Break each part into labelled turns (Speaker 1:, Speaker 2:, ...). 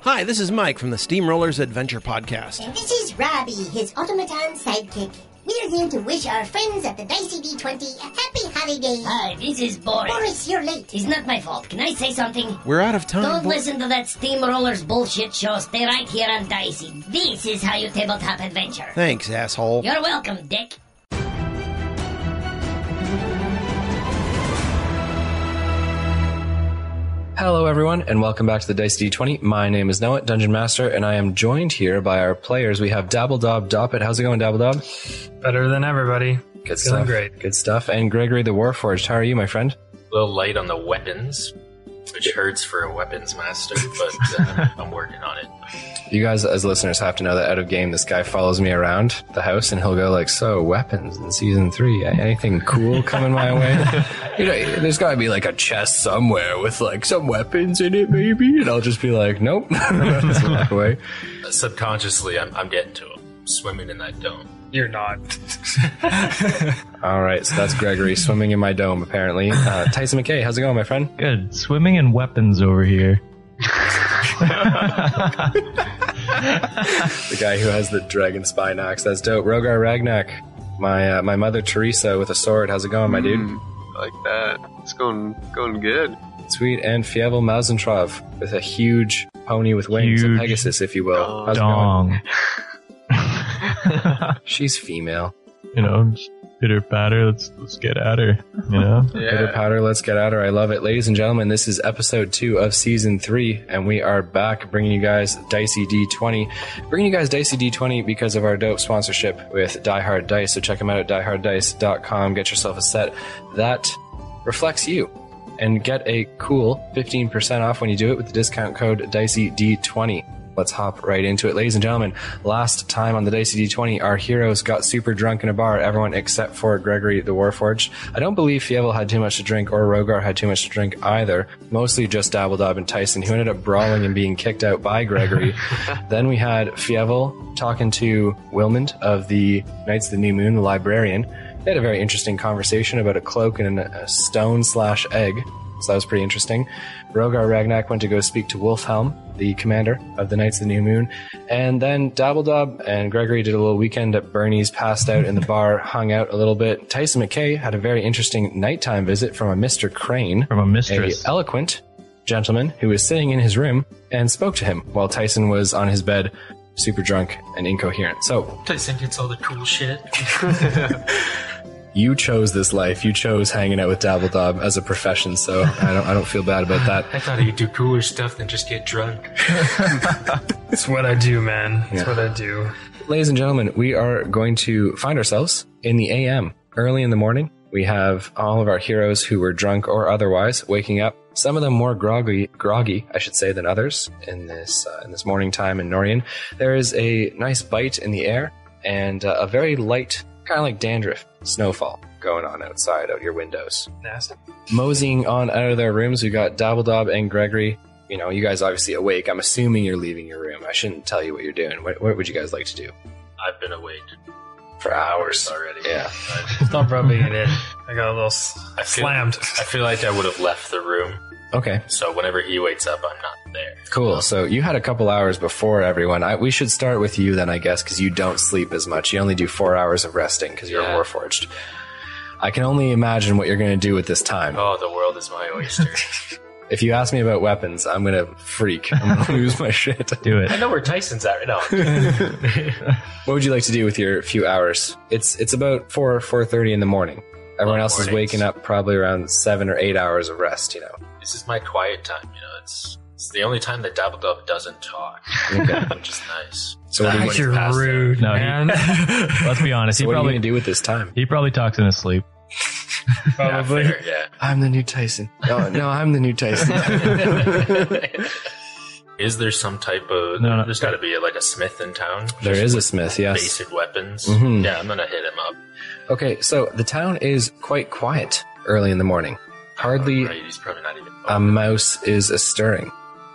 Speaker 1: Hi, this is Mike from the Steamrollers Adventure Podcast.
Speaker 2: And this is Robbie, his automaton sidekick. We're here to wish our friends at the Dicey D20 a happy holiday.
Speaker 3: Hi, this is Boris.
Speaker 2: Boris, you're late.
Speaker 3: It's not my fault. Can I say something?
Speaker 1: We're out of time.
Speaker 3: Don't
Speaker 1: Bo-
Speaker 3: listen to that steamrollers bullshit show. Stay right here on Dicey. This is how you tabletop adventure.
Speaker 1: Thanks, asshole.
Speaker 3: You're welcome, Dick.
Speaker 4: Hello, everyone, and welcome back to the Dice D20. My name is Noah, Dungeon Master, and I am joined here by our players. We have Dabbledob Doppet. How's it going, Dabbledob?
Speaker 5: Better than everybody.
Speaker 4: Good
Speaker 5: Feeling
Speaker 4: stuff.
Speaker 5: great.
Speaker 4: Good stuff. And Gregory the Warforged. How are you, my friend?
Speaker 6: A little light on the weapons, which hurts for a weapons master, but uh, I'm working on it.
Speaker 4: You guys, as listeners, have to know that out of game, this guy follows me around the house, and he'll go like, "So, weapons in season three? Anything cool coming my way? you know, there's got to be like a chest somewhere with like some weapons in it, maybe." And I'll just be like, "Nope," Just walk away.
Speaker 6: Uh, Subconsciously, I'm, I'm getting to them, swimming in that dome.
Speaker 5: You're not.
Speaker 4: All right, so that's Gregory swimming in my dome. Apparently, uh, Tyson McKay, how's it going, my friend?
Speaker 7: Good. Swimming in weapons over here.
Speaker 4: The guy who has the dragon spine axe. That's dope. Rogar Ragnak. My uh, my mother Teresa with a sword. How's it going, my dude?
Speaker 8: Mm, like that. It's going going good.
Speaker 4: Sweet. And Fievel Mazentrov with a huge pony with wings, a
Speaker 7: Huge
Speaker 4: Pegasus, if you will. How's it going?
Speaker 7: Dong.
Speaker 4: She's female.
Speaker 7: you know, just hit her patter. Let's let's get at her. You know.
Speaker 4: Pitter powder, let's get at her. I love it. Ladies and gentlemen, this is episode two of season three, and we are back bringing you guys Dicey D20. Bringing you guys Dicey D20 because of our dope sponsorship with Die Hard Dice. So check them out at dieharddice.com. Get yourself a set that reflects you and get a cool 15% off when you do it with the discount code Dicey D20. E Let's hop right into it. Ladies and gentlemen, last time on the Dicey D20, E our heroes got super drunk in a bar, everyone except for Gregory the Warforged. I don't believe Fievel had too much to drink or Rogar had too much to drink either, mostly just Dabbledob and Tyson, who ended up brawling and being kicked out by Gregory. then we had Fievel talking to Wilmond of the Knights of the New Moon, the librarian. They had a very interesting conversation about a cloak and a stone slash egg. So that was pretty interesting. Rogar Ragnak went to go speak to Wolfhelm, the commander of the Knights of the New Moon. And then Dabbledob and Gregory did a little weekend at Bernie's, passed out in the bar, hung out a little bit. Tyson McKay had a very interesting nighttime visit from a Mr. Crane,
Speaker 7: From a
Speaker 4: a
Speaker 7: mistress.
Speaker 4: eloquent gentleman who was sitting in his room and spoke to him while Tyson was on his bed, super drunk and incoherent. So
Speaker 5: Tyson gets all the cool shit.
Speaker 4: you chose this life. You chose hanging out with Dabbledob as a profession, so I don't I don't feel bad about that.
Speaker 6: I thought he'd do cooler stuff than just get drunk.
Speaker 5: It's what I do, man. It's
Speaker 4: Yeah.
Speaker 5: what I do.
Speaker 4: Ladies and gentlemen, we are going to find ourselves in the AM early in the morning. We have all of our heroes who were drunk or otherwise waking up. Some of them more groggy, groggy, I should say, than others in this uh, in this morning time in Norian. There is a nice bite in the air and uh, a very light, kind of like dandruff, snowfall going on outside out your windows
Speaker 5: Nasty.
Speaker 4: moseying on out of their rooms. We got Dabbledob and Gregory. You know, you guys obviously awake. I'm assuming you're leaving your room. I shouldn't tell you what you're doing. What, what would you guys like to do
Speaker 6: I've been awake
Speaker 4: for
Speaker 6: hours
Speaker 4: hours?
Speaker 6: already.
Speaker 4: Yeah.
Speaker 5: Stop rubbing it in. I got a little s-
Speaker 6: I feel-
Speaker 5: slammed.
Speaker 6: I feel like I would have left the room,
Speaker 4: Okay,
Speaker 6: so whenever he wakes up, I'm not there.
Speaker 4: cool. So you had a couple hours before everyone. I, we should start with you then, I guess, because you don't sleep as much. You only do four hours of resting because you're
Speaker 6: Yeah.
Speaker 4: warforged. I can only imagine what you're going to do with this time.
Speaker 6: Oh, the world is my oyster.
Speaker 4: If you ask me about weapons, I'm going to freak. I'm going to lose my shit.
Speaker 7: Do it.
Speaker 6: I know where Tyson's at right now.
Speaker 4: What would you like to do with your few hours? It's it's about four four thirty in the morning. Everyone
Speaker 6: Long
Speaker 4: else is
Speaker 6: Oh, mornings.
Speaker 4: waking up probably around seven or eight hours of rest. You know.
Speaker 6: this is my quiet time. You know, it's it's the only time that Dabbledob doesn't talk, which is nice.
Speaker 4: So what do you-
Speaker 6: Nice.
Speaker 5: You're
Speaker 6: passed
Speaker 5: rude,
Speaker 7: No, he-
Speaker 5: man.
Speaker 7: Let's be honest. He
Speaker 4: So what are you
Speaker 7: probably
Speaker 4: gonna do with this time?
Speaker 7: he probably talks in his sleep.
Speaker 6: Yeah,
Speaker 5: Probably.
Speaker 6: fair, yeah.
Speaker 4: I'm the new Tyson. No, no, I'm the new Tyson.
Speaker 6: Is there some type of?
Speaker 7: No, no.
Speaker 6: There's got to be like a smith in town.
Speaker 4: there
Speaker 6: Just
Speaker 4: is a
Speaker 6: with
Speaker 4: Smith. Yes.
Speaker 6: Basic weapons.
Speaker 4: Mhm.
Speaker 6: Yeah, I'm gonna hit him up.
Speaker 4: Okay. So the town is quite quiet early in the morning. Hardly
Speaker 6: Right, he's probably not even.
Speaker 4: a mouse is astirring.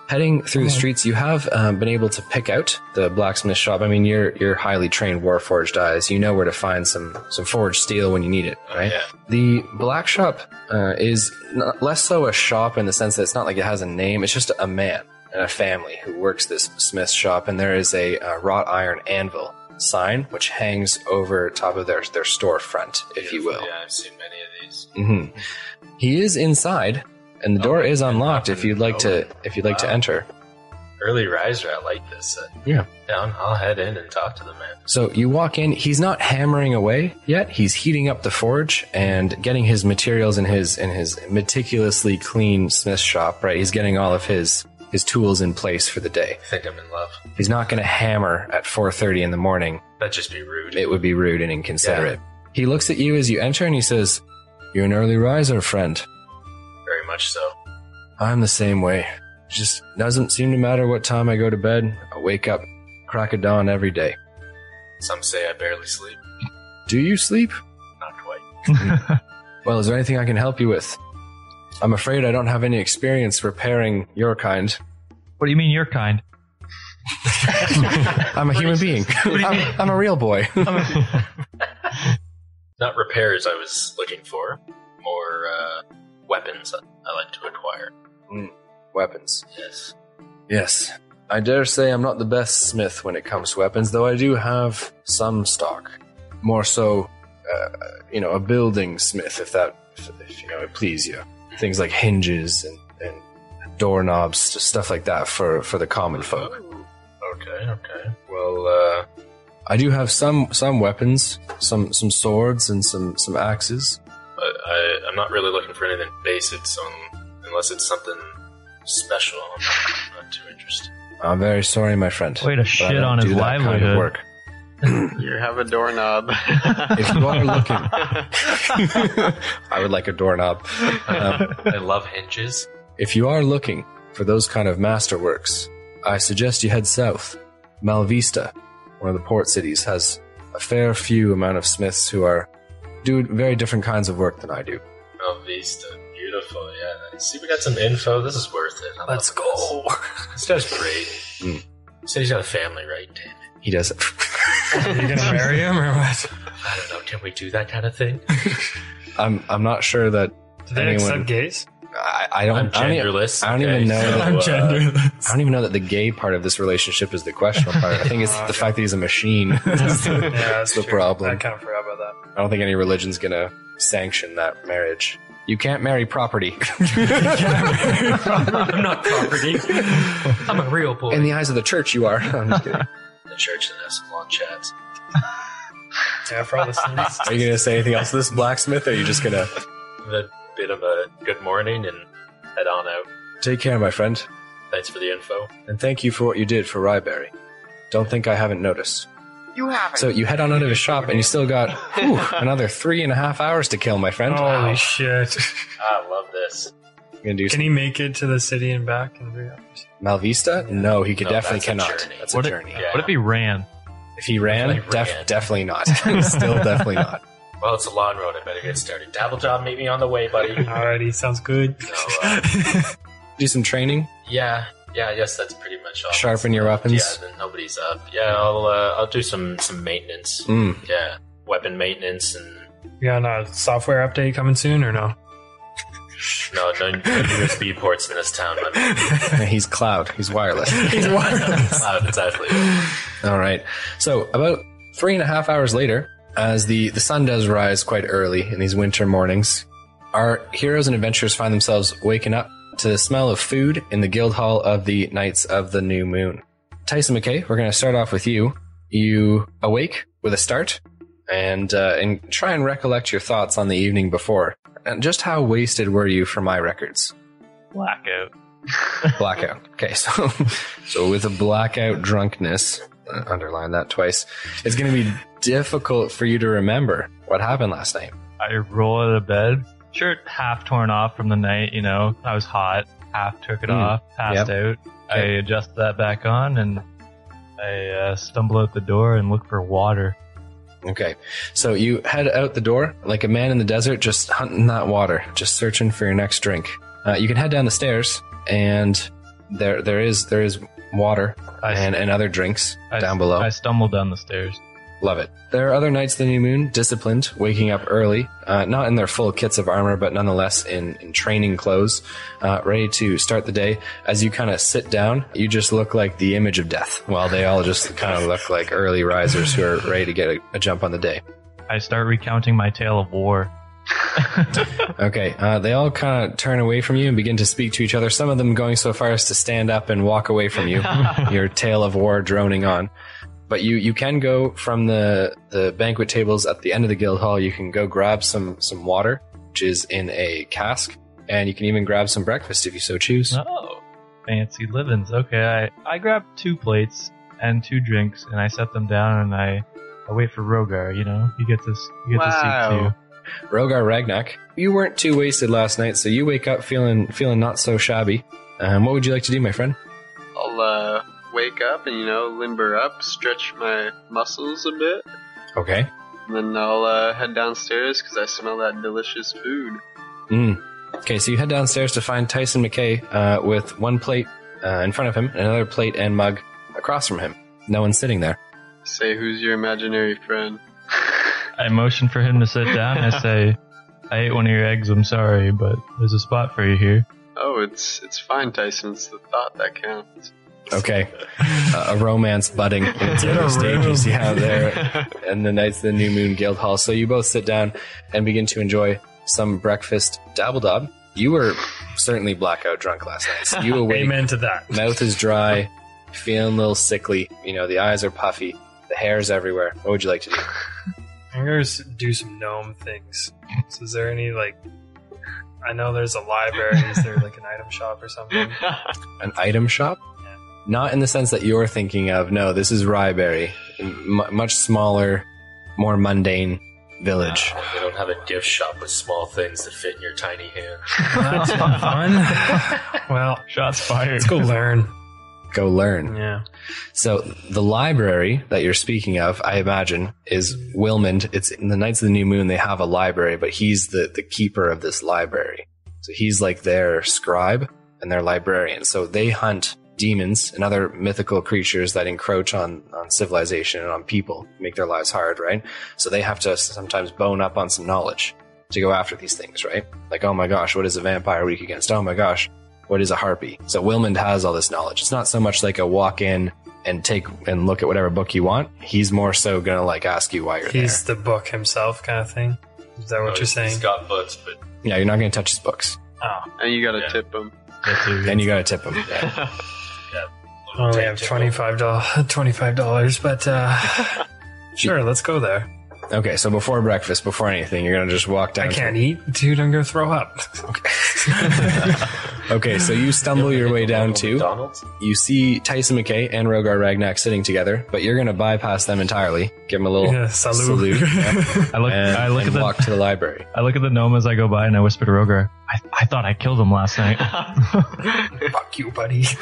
Speaker 4: Heading through the streets, you have um, been able to pick out the blacksmith shop. I mean, you're you're highly trained warforged eyes. You know where to find some some forged steel when you need it, right?
Speaker 6: yeah.
Speaker 4: The black shop uh, is not, less so a shop in the sense that it's not like it has a name. It's just a man, and a family who works this smith shop, and there is a, uh wrought iron anvil sign which hangs over top of their their storefront, if you will.
Speaker 6: Yeah, I've seen many of these.
Speaker 4: hmm He is inside, and the door
Speaker 6: Okay.
Speaker 4: is unlocked. If you'd like to,
Speaker 6: Open.
Speaker 4: if you'd like to
Speaker 6: Wow.
Speaker 4: enter.
Speaker 6: Early riser, I like this. Uh,
Speaker 4: Yeah.
Speaker 6: Down, I'll head in and talk to the man.
Speaker 4: So you walk in. He's not hammering away yet. He's heating up the forge and getting his materials in his in his meticulously clean smith shop. Right. He's getting all of his his tools in place for the day.
Speaker 6: I think I'm in love.
Speaker 4: He's not going to hammer at 4:30 in the morning.
Speaker 6: That'd just be rude.
Speaker 4: It would be rude and inconsiderate. He looks at you as you enter and he says, "You're an early riser, friend.
Speaker 6: Very much so.
Speaker 4: I'm the same way. Just doesn't seem to matter what time I go to bed. I wake up crack of dawn every day.
Speaker 6: Some say I barely sleep.
Speaker 4: Do you sleep?
Speaker 6: Not quite.
Speaker 4: Well, is there anything I can help you with? I'm afraid I don't have any experience repairing your kind.
Speaker 7: what do you mean your kind?
Speaker 4: I'm a human being. I'm, I'm a real boy.
Speaker 6: Not repairs I was looking for. More uh, weapons I I like to acquire.
Speaker 4: Weapons.
Speaker 6: Yes.
Speaker 4: Yes. I dare say I'm not the best smith when it comes to weapons, though I do have some stock. More so, uh, you know, a building smith, if that, if, if, you know, it please you. Things like hinges and, and doorknobs, just stuff like that for, for the common folk.
Speaker 6: Okay, okay. Well, uh,
Speaker 4: I do have some, some weapons, some, some swords and some, some axes.
Speaker 6: I, I, I'm not really looking for anything basic, so I'm- unless it's something special, I'm not, not too interested.
Speaker 4: I'm very sorry, my friend.
Speaker 7: Way to
Speaker 4: but I
Speaker 7: shit
Speaker 4: don't
Speaker 7: on his
Speaker 4: do that kind of
Speaker 7: livelihood.
Speaker 4: work.
Speaker 8: You have a doorknob.
Speaker 4: If you are looking, I would like a doorknob. Um,
Speaker 6: I love hinges.
Speaker 4: If you are looking for those kind of masterworks, I suggest you head south. Malvista, one of the port cities, has a fair few amount of smiths who are do very different kinds of work than I do.
Speaker 6: Oh, Vista. Beautiful, yeah. See, we got some info. This is worth it. I
Speaker 4: Let's
Speaker 6: love This, this guy's great.
Speaker 4: Hmm.
Speaker 6: Said he's got a family, right? Damn it.
Speaker 4: He does it.
Speaker 5: Are you gonna marry him or what?
Speaker 6: I don't know. Can we do that kind of thing?
Speaker 4: I'm I'm not sure that
Speaker 5: Do they
Speaker 4: Anyone-
Speaker 5: accept gays?
Speaker 4: I, I don't.
Speaker 6: I'm
Speaker 4: I don't even-
Speaker 6: genderless.
Speaker 4: I don't even know
Speaker 6: so,
Speaker 4: that- I'm
Speaker 6: uh,
Speaker 4: I don't even know that the gay part of this relationship is the questionable part. I think it's the fact that he's a machine.
Speaker 5: yeah, that's
Speaker 4: the
Speaker 5: true.
Speaker 4: problem.
Speaker 5: I kind of forgot about that.
Speaker 4: I don't think any religion's gonna sanction that marriage. You can't marry property.
Speaker 5: I'm not property. I'm a real boy.
Speaker 4: In the eyes of the church, you are. I'm just kidding.
Speaker 6: The church and has some long chats.
Speaker 5: yeah, for all the sins.
Speaker 4: Are you gonna say anything else to this blacksmith? Or are you just gonna
Speaker 6: A bit of a good morning and head on out.
Speaker 4: take care, my friend?
Speaker 6: Thanks for the info.
Speaker 4: And thank you for what you did for Ryberry. Don't think I haven't noticed.
Speaker 8: you haven't.
Speaker 4: So you head on out of his shop, and you still got whew, another three and a half hours to kill, my friend.
Speaker 5: Holy shit.
Speaker 6: I love this.
Speaker 4: You gonna do
Speaker 5: Can he make it to the city and back in three hours?
Speaker 4: Malvista? No, he could
Speaker 6: No,
Speaker 4: definitely
Speaker 6: that's a
Speaker 4: cannot.
Speaker 6: journey.
Speaker 4: That's
Speaker 7: What
Speaker 4: a
Speaker 7: it-
Speaker 4: journey.
Speaker 6: Yeah.
Speaker 7: What if he ran?
Speaker 4: If he ran,
Speaker 6: Definitely
Speaker 4: def-
Speaker 6: ran.
Speaker 4: definitely not. still definitely not.
Speaker 6: Well, it's a long road. I better get started. Dabble job, meet me on the way, buddy. so,
Speaker 5: Alrighty, sounds good.
Speaker 6: uh,
Speaker 4: Do some training.
Speaker 6: yeah, yeah. I guess that's pretty much all.
Speaker 4: Sharpen your weapons.
Speaker 6: Yeah, then nobody's up. Yeah, I'll uh, I'll do some some maintenance.
Speaker 4: Mm.
Speaker 6: Yeah, weapon maintenance and
Speaker 5: You got a software update coming soon or no?
Speaker 6: no no no USB ports in this town. I mean,
Speaker 4: He's cloud. He's wireless.
Speaker 6: loud, exactly. Uh,
Speaker 4: All right. So about three and a half hours later, as the, the sun does rise quite early in these winter mornings, our heroes and adventurers find themselves waking up to the smell of food in the guild hall of the Knights of the New Moon. Tyson McKay, we're going to start off with you. You awake with a start and, uh, and try and recollect your thoughts on the evening before. And just how wasted were you for my records?
Speaker 7: Blackout.
Speaker 4: blackout. Okay, so so with a blackout drunkenness, uh, underline that twice. It's going to be difficult for you to remember what happened last night.
Speaker 7: I roll out of bed, shirt half torn off from the night. You know, I was hot. Half took it
Speaker 4: Mm.
Speaker 7: off, passed out. I
Speaker 4: Yep.
Speaker 7: adjust that back on, and I uh, stumble out the door and look for water.
Speaker 4: Okay, so you head out the door like a man in the desert, just hunting that water, just searching for your next drink. Uh, you can head down the stairs, and there there is there is water
Speaker 7: I,
Speaker 4: and, and other drinks
Speaker 7: I-
Speaker 4: down below.
Speaker 7: I stumble down the stairs.
Speaker 4: Love it. There are other knights of the new moon, disciplined, waking up early, uh, not in their full kits of armor, but nonetheless in, in training clothes, uh, ready to start the day. As you kind of sit down, you just look like the image of death, while they all just kind of look like early risers who are ready to get a, a jump on the day.
Speaker 7: I start recounting my tale of war.
Speaker 4: Okay, uh, they all kind of turn away from you and begin to speak to each other, some of them going so far as to stand up and walk away from you, your tale of war droning on. But you, you can go from the, the banquet tables at the end of the guild hall, you can go grab some, some water, which is in a cask, and you can even grab some breakfast if you so choose.
Speaker 7: Oh, fancy livings. Okay, I, I grab two plates and two drinks and I set them down and I, I wait for Rogar, you know? He gets this, he gets a seat
Speaker 8: Wow.
Speaker 7: too.
Speaker 4: Rogar Ragnak, you weren't too wasted last night, so you wake up feeling, feeling not so shabby. Um, what would you like to do, my friend?
Speaker 8: I'll uh, wake up and, you know, limber up, stretch my muscles a bit,
Speaker 4: Okay.
Speaker 8: and then I'll uh, head downstairs because I smell that delicious food.
Speaker 4: Mm. Okay, so you head downstairs to find Tyson McKay uh, with one plate uh, in front of him and another plate and mug across from him. No one's sitting there.
Speaker 8: Say, who's your imaginary friend?
Speaker 7: I motion for him to sit down and I say, I ate one of your eggs, I'm sorry, but there's a spot for you here.
Speaker 8: Oh, it's it's fine, Tyson. It's the thought that counts.
Speaker 4: Okay, uh, a romance budding in its
Speaker 5: Get
Speaker 4: early
Speaker 5: a
Speaker 4: stages.
Speaker 5: room.
Speaker 4: Yeah, there, and the Knights of the New Moon Guild Hall. So you both sit down and begin to enjoy some breakfast. Dabbledob, you were certainly blackout drunk last night. So you awake
Speaker 5: Amen to that.
Speaker 4: mouth is dry, feeling a little sickly. You know, the eyes are puffy, the hair's everywhere. What would you like to do?
Speaker 5: I'm gonna s- do some gnome things. So is there any like? I know there's a library. Is there like an item shop or something?
Speaker 4: an item shop? Not in the sense that you're thinking of. No, this is Ryeberry, M- much smaller, more mundane village.
Speaker 6: They don't have a gift shop with small things that fit in your tiny hand.
Speaker 5: That's not fun. well,
Speaker 7: Shots fired.
Speaker 5: let's go learn.
Speaker 4: Go learn.
Speaker 5: Yeah.
Speaker 4: So the library that you're speaking of, I imagine, is Wilmond. It's in the Knights of the New Moon. They have a library, but he's the the keeper of this library. So he's like their scribe and their librarian. So they hunt demons and other mythical creatures that encroach on on civilization and on people, make their lives hard, right? So they have to sometimes bone up on some knowledge to go after these things, right? Like, oh my gosh, what is a vampire weak against? Oh my gosh, what is a harpy? So Wilmond has all this knowledge. It's not so much like a walk in and take and look at whatever book you want. He's more so gonna like ask you why you're
Speaker 5: He's the book himself, kind of thing. Is that
Speaker 6: No,
Speaker 5: what you're
Speaker 6: he's- Oh, He's
Speaker 5: saying? Oh.
Speaker 6: got books, but
Speaker 4: there. Yeah, you're not gonna touch his books.
Speaker 8: And you gotta
Speaker 6: Yeah.
Speaker 8: tip him.
Speaker 7: That's a-
Speaker 4: And you gotta tip him. Yeah.
Speaker 5: I only have
Speaker 6: Tip-
Speaker 5: twenty five dollars. Twenty five dollars, but uh, sure, let's go there.
Speaker 4: Okay, so before breakfast, before anything, you're gonna just walk down.
Speaker 5: I
Speaker 4: to-
Speaker 5: can't eat, dude. I'm gonna throw up.
Speaker 4: Okay, so you stumble your way down to
Speaker 6: McDonald's.
Speaker 4: you see Tyson McKay and Rogar Ragnak sitting together, but you're gonna bypass them entirely. Give them a little
Speaker 5: Yeah, salute.
Speaker 4: salute yeah,
Speaker 7: I look,
Speaker 4: and,
Speaker 7: I look
Speaker 4: and
Speaker 7: at the,
Speaker 4: walk to the library.
Speaker 7: I look at the gnome as I go by and I whisper to Rogar, I, I thought I killed him last night.
Speaker 5: Fuck you, buddy.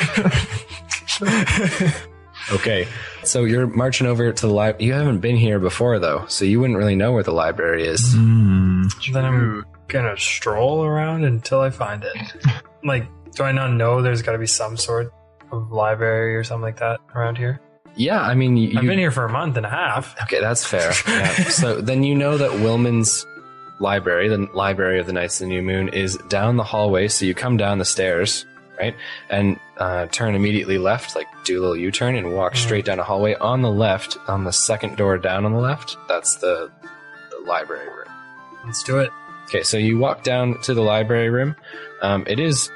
Speaker 4: Okay, so you're marching over to the library. You haven't been here before though, so you wouldn't really know where the library is.
Speaker 5: Mm.
Speaker 7: Hmm.
Speaker 5: then I'm
Speaker 8: Ooh,
Speaker 5: gonna stroll around until I find it. Like, do I not know there's got to be some sort of library or something like that around here?
Speaker 4: Yeah, I mean, you,
Speaker 5: I've been here for a month and a half.
Speaker 4: Okay, that's fair. Yeah. so then you know that Wilman's library, the library of the Knights of the New Moon, is down the hallway. So you come down the stairs, right, and uh, turn immediately left, like do a little U-turn and walk
Speaker 5: Mm.
Speaker 4: straight down a hallway. On the left, on the second door down on the left, that's the, the library room.
Speaker 5: Let's do it.
Speaker 4: Okay, so you walk down to the library room. Um, it is,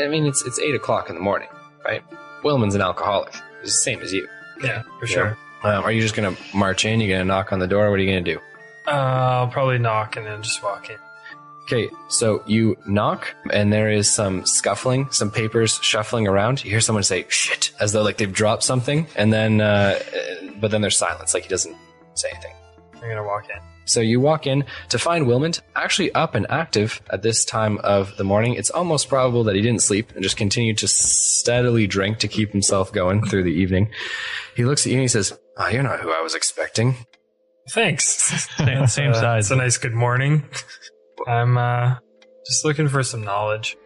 Speaker 4: I mean, it's it's eight o'clock in the morning, right? Wilman's an alcoholic. It's the same as you.
Speaker 5: Yeah, for
Speaker 4: Yeah.
Speaker 5: sure.
Speaker 4: Um, are you just gonna march in? You gonna knock on the door? What are you gonna do?
Speaker 5: Uh, I'll probably knock and then just walk in.
Speaker 4: Okay, so you knock, and there is some scuffling, some papers shuffling around. You hear someone say "shit" as though like they've dropped something, and then, uh, uh, but then there's silence, like he doesn't say anything.
Speaker 5: I'm gonna walk in.
Speaker 4: So you walk in to find Wilmond actually up and active at this time of the morning. It's almost probable that he didn't sleep and just continued to steadily drink to keep himself going through the evening. He looks at you and he says, Ah, "You're not who I was expecting."
Speaker 5: Thanks.
Speaker 7: Same, same
Speaker 5: uh,
Speaker 7: size.
Speaker 5: It's a nice good morning. I'm uh, just looking for some knowledge.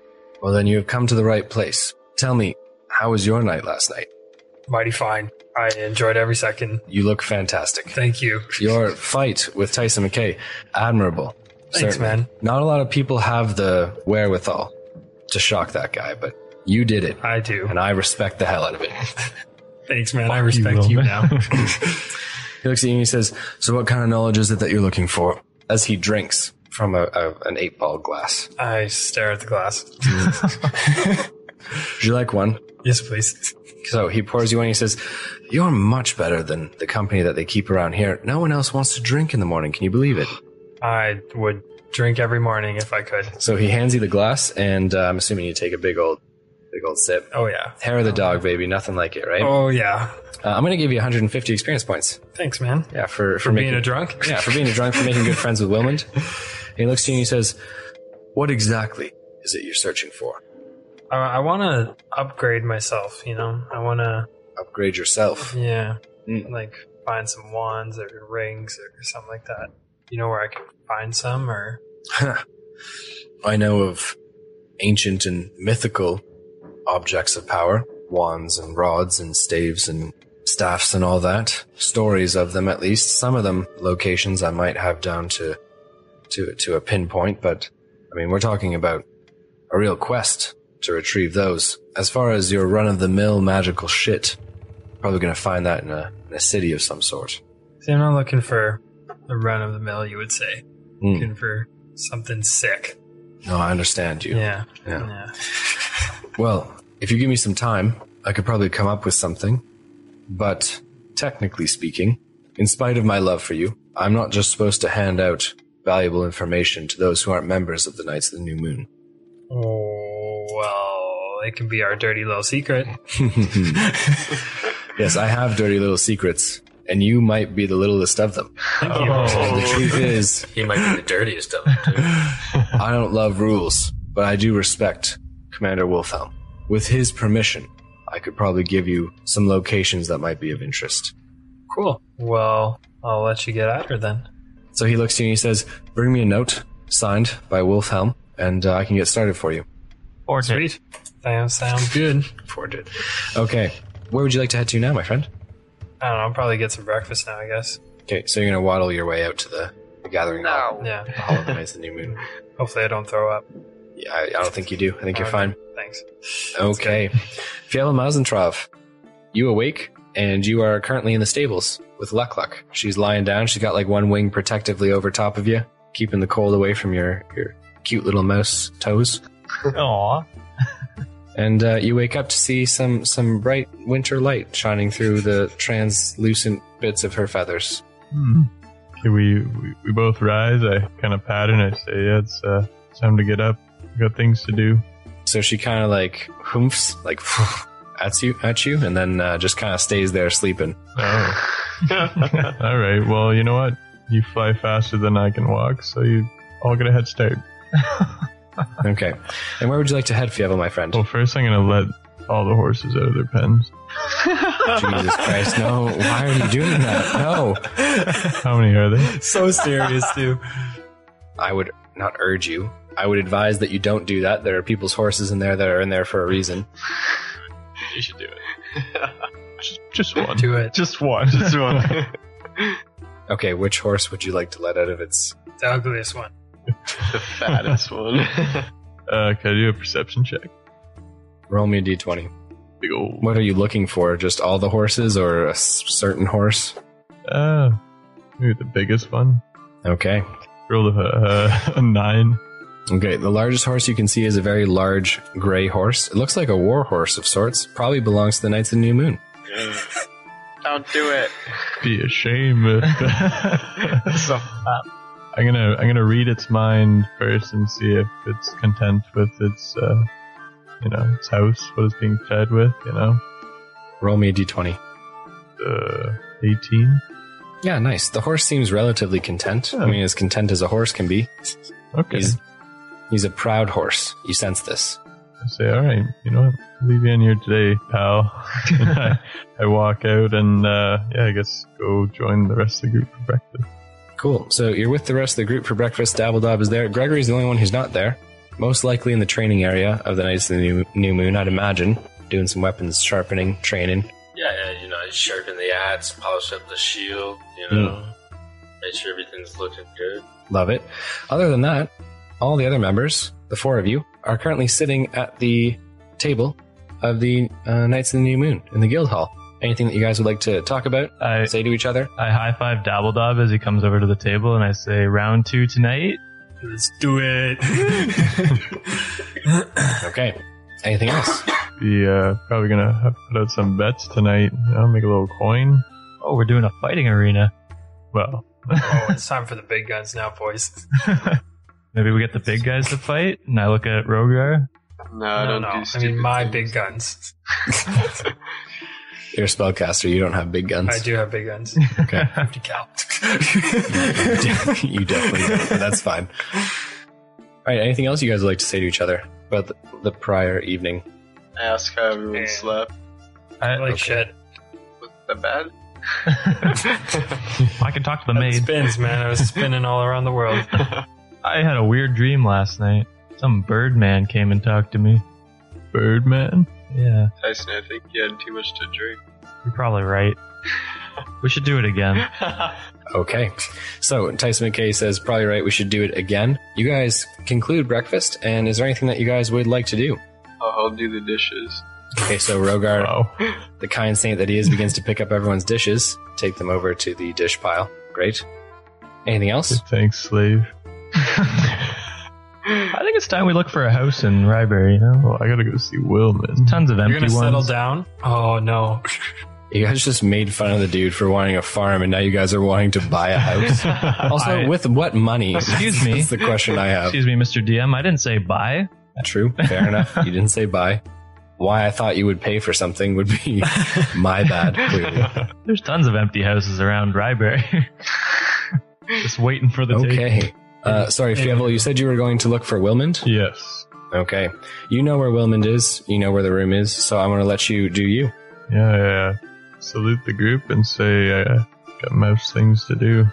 Speaker 4: Well, then you have come to the right place. Tell me, how was your night last night?
Speaker 5: Mighty fine. I enjoyed every second.
Speaker 4: You look fantastic.
Speaker 5: Thank you.
Speaker 4: Your fight with Tyson McKay, admirable.
Speaker 5: Thanks, man.
Speaker 4: Not a lot of people have the wherewithal to shock that guy, but you did it.
Speaker 5: I do.
Speaker 4: And I respect the hell out of it.
Speaker 5: Thanks, man. I respect you,
Speaker 7: Will.
Speaker 5: now.
Speaker 4: He looks at you and he says, So what kind of knowledge is it that you're looking for? As he drinks from a, a, an eight ball glass.
Speaker 5: I stare at the glass.
Speaker 4: Would you like one?
Speaker 5: Yes, please.
Speaker 4: So he pours you one and he says, You're much better than the company that they keep around here. No one else wants to drink in the morning. Can you believe it?
Speaker 5: I would drink every morning if I could.
Speaker 4: So he hands you the glass, and uh, I'm assuming you take a big old, big old sip.
Speaker 5: Oh, yeah.
Speaker 4: Hair of the dog, baby. Nothing like it, right?
Speaker 5: Oh, yeah.
Speaker 4: Uh, I'm going to give you 150 experience points.
Speaker 5: Thanks, man.
Speaker 4: Yeah, for,
Speaker 5: For being
Speaker 4: making-
Speaker 5: a drunk?
Speaker 4: Yeah, for being a drunk, for making good friends with Wilmond. He looks to you and he says, What exactly is it you're searching for?
Speaker 5: I, I want to upgrade myself, you know? I want to,
Speaker 4: Upgrade yourself.
Speaker 5: yeah,
Speaker 4: Mm.
Speaker 5: like find some wands or rings or something like that. You know where I can find some or.
Speaker 4: I know of ancient and mythical objects of power wands and rods and staves and staffs and all that. Stories of them, at least. Some of them locations I might have down to, to, to a pinpoint, but I mean, we're talking about a real quest to retrieve those. As far as your run of the mill magical shit, probably going to find that in a, in a city of some sort.
Speaker 5: See, I'm not looking for the run of the mill, you would say.
Speaker 4: Hmm.
Speaker 5: Looking for something sick.
Speaker 4: No, I understand you.
Speaker 5: Yeah.
Speaker 4: Yeah.
Speaker 5: Yeah.
Speaker 4: Well, if you give me some time, I could probably come up with something. But technically speaking, in spite of my love for you, I'm not just supposed to hand out valuable information to those who aren't members of the Knights of the New Moon.
Speaker 5: Oh, well, it can be our dirty little secret.
Speaker 4: yes, I have dirty little secrets, and you might be the littlest of them.
Speaker 5: Oh.
Speaker 4: The truth is,
Speaker 6: He might be the dirtiest of them, too.
Speaker 4: I don't love rules, but I do respect Commander Wolfhelm. With his permission, I could probably give you some locations that might be of interest.
Speaker 5: Cool. Well, I'll let you get at her then.
Speaker 4: So he looks to you and he says, Bring me a note signed by Wilhelm, and uh, I can get started for you.
Speaker 7: Or
Speaker 5: Sweet. That sounds good.
Speaker 4: Forwarded. Okay. Where would you like to head to now, my friend?
Speaker 5: I don't know. I'll probably get some breakfast now, I guess.
Speaker 4: Okay, so you're going to waddle your way out to the, the gathering hall.
Speaker 8: Now,
Speaker 5: Yeah.
Speaker 4: The hall of the Knights of the New Moon.
Speaker 5: Hopefully, I don't throw up.
Speaker 4: Yeah, I, I don't think you do. I think you're
Speaker 5: Okay.
Speaker 4: fine.
Speaker 5: Thanks.
Speaker 4: Okay. Fiala Mazentrov, you awake, and you are currently in the stables with Luck Luck. She's lying down. She's got like one wing protectively over top of you, keeping the cold away from your, your cute little mouse toes.
Speaker 7: Aw.
Speaker 4: and uh, you wake up to see some some bright winter light shining through the translucent bits of her feathers.
Speaker 7: Hmm. Okay, we, we we both rise. I kind of pat and I say, "Yeah, it's uh, it's time to get up. We got things to do."
Speaker 4: So she kind of like hoomphs like at you at you, and then uh, just kind of stays there sleeping.
Speaker 7: Oh. All right. Well, you know what? You fly faster than I can walk, so you all get a head start.
Speaker 4: Okay, and where would you like to head, Fievel, my friend?
Speaker 7: Well, first I'm gonna let all the horses out of their pens.
Speaker 4: Jesus Christ, no! Why are you doing that? No,
Speaker 7: How many are there?
Speaker 4: so serious too. I would not urge you. I would advise that you don't do that. There are people's horses in there that are in there for a reason.
Speaker 7: You should do it. just, just one.
Speaker 5: Do it.
Speaker 7: Just one. Uh, Just one.
Speaker 4: Okay, which horse would you like to let out of its?
Speaker 5: The ugliest one.
Speaker 8: the fattest one.
Speaker 7: uh, can I do a perception check?
Speaker 4: Roll me a d20.
Speaker 7: Big ol'
Speaker 4: What are you looking for? Just all the horses or a s- certain horse?
Speaker 7: Uh, maybe the biggest one.
Speaker 4: Okay.
Speaker 7: Rolled a, uh, a nine.
Speaker 4: Okay, the largest horse you can see is a very large gray horse. It looks like a war horse of sorts. Probably belongs to the Knights of the New Moon.
Speaker 8: Don't do it.
Speaker 7: Be a shame. if- I'm gonna I'm gonna read its mind first and see if it's content with its uh, you know its house, what it's being fed with. You know,
Speaker 4: Roll me a d20.
Speaker 7: uh, 18.
Speaker 4: Yeah, nice. The horse seems relatively content. I mean, as content as a horse can be.
Speaker 7: Okay.
Speaker 4: He's, he's a proud horse. You sense this.
Speaker 7: I say, all right, you know what? Leave you in here today, pal. And I, I walk out and, uh, yeah, I guess go join the rest of the group for breakfast.
Speaker 4: Cool. So you're with the rest of the group for breakfast. Dabbledob is there. Gregory's the only one who's not there. Most likely in the training area of the Knights of the New, New Moon, I'd imagine. Doing some weapons sharpening, training.
Speaker 6: Yeah, yeah, you know, uh, sharpen the axe, polish up the shield,
Speaker 4: Hmm.
Speaker 6: you know, make sure everything's looking good.
Speaker 4: Love it. Other than that, all the other members, the four of you, are currently sitting at the table of the uh, Knights of the New Moon in the Guild Hall. Anything that you guys would like to talk about,
Speaker 7: I
Speaker 4: say to each other?
Speaker 7: I high five Dabbledob as he comes over to the table, and I say, "Round two tonight."
Speaker 5: Let's do it.
Speaker 4: Okay. Anything else?
Speaker 7: Yeah, uh, probably gonna have to put out some bets tonight. I'll make a little coin. Oh, we're doing a fighting arena. Well,
Speaker 5: oh, it's time for the big guns now, boys.
Speaker 7: maybe we get the big guys to fight, and I look at Rogar.
Speaker 8: No, I
Speaker 5: no,
Speaker 8: don't
Speaker 5: no.
Speaker 8: do
Speaker 5: I
Speaker 8: stupid
Speaker 5: mean, my
Speaker 8: things.
Speaker 5: big guns.
Speaker 4: You're a spellcaster. You don't have big guns.
Speaker 5: I do have big guns.
Speaker 4: Okay.
Speaker 5: 50 cal.
Speaker 4: you definitely don't, but that's fine. All right. Anything else you guys would like to say to each other about the, the prior evening?
Speaker 8: I ask how everyone
Speaker 5: Man.
Speaker 8: slept.
Speaker 7: I,
Speaker 5: Like shit.
Speaker 8: Was that bad?
Speaker 7: I can talk to the maid.
Speaker 5: Spins, man. I was spinning all around the world.
Speaker 7: I had a weird dream last night. Some birdman came and talked to me. Birdman? Yeah,
Speaker 8: Tyson, I think you had too much to drink.
Speaker 7: you're probably right. We should do it again.
Speaker 4: Okay. So Tyson McKay says, probably right. We should do it again. You guys conclude breakfast. And is there anything that you guys would like to do?
Speaker 8: I'll, I'll do the dishes.
Speaker 4: Okay. So Rogar,
Speaker 7: Oh,
Speaker 4: the kind saint that he is, begins to pick up everyone's dishes, take them over to the dish pile. Great. Anything else?
Speaker 7: thanks, slave. I think it's time we look for a house in Ryberry, you know? Well, I gotta go see Will, man. Tons of empty
Speaker 5: You're gonna
Speaker 7: ones.
Speaker 5: settle down? Oh no!
Speaker 4: You guys just made fun of the dude for wanting a farm, and now you guys are wanting to buy a house. Also,
Speaker 7: I-
Speaker 4: with what money?
Speaker 7: Excuse me.
Speaker 4: That's the question I have.
Speaker 7: Excuse me, Mr. DM. I didn't say bye.
Speaker 4: True. Fair enough. You didn't say buy. Why I thought you would pay for something would be my bad. Clearly.
Speaker 7: There's tons of empty houses around Ryberry. Just waiting for the take.
Speaker 4: Okay. Uh, sorry, Fievel, you said you were going to look for Wilmond?
Speaker 7: Yes.
Speaker 4: Okay. You know where Wilmond is. You know where the room is. So I'm going to let you do you.
Speaker 7: Yeah, yeah, yeah. Salute the group and say, uh, got most things to do.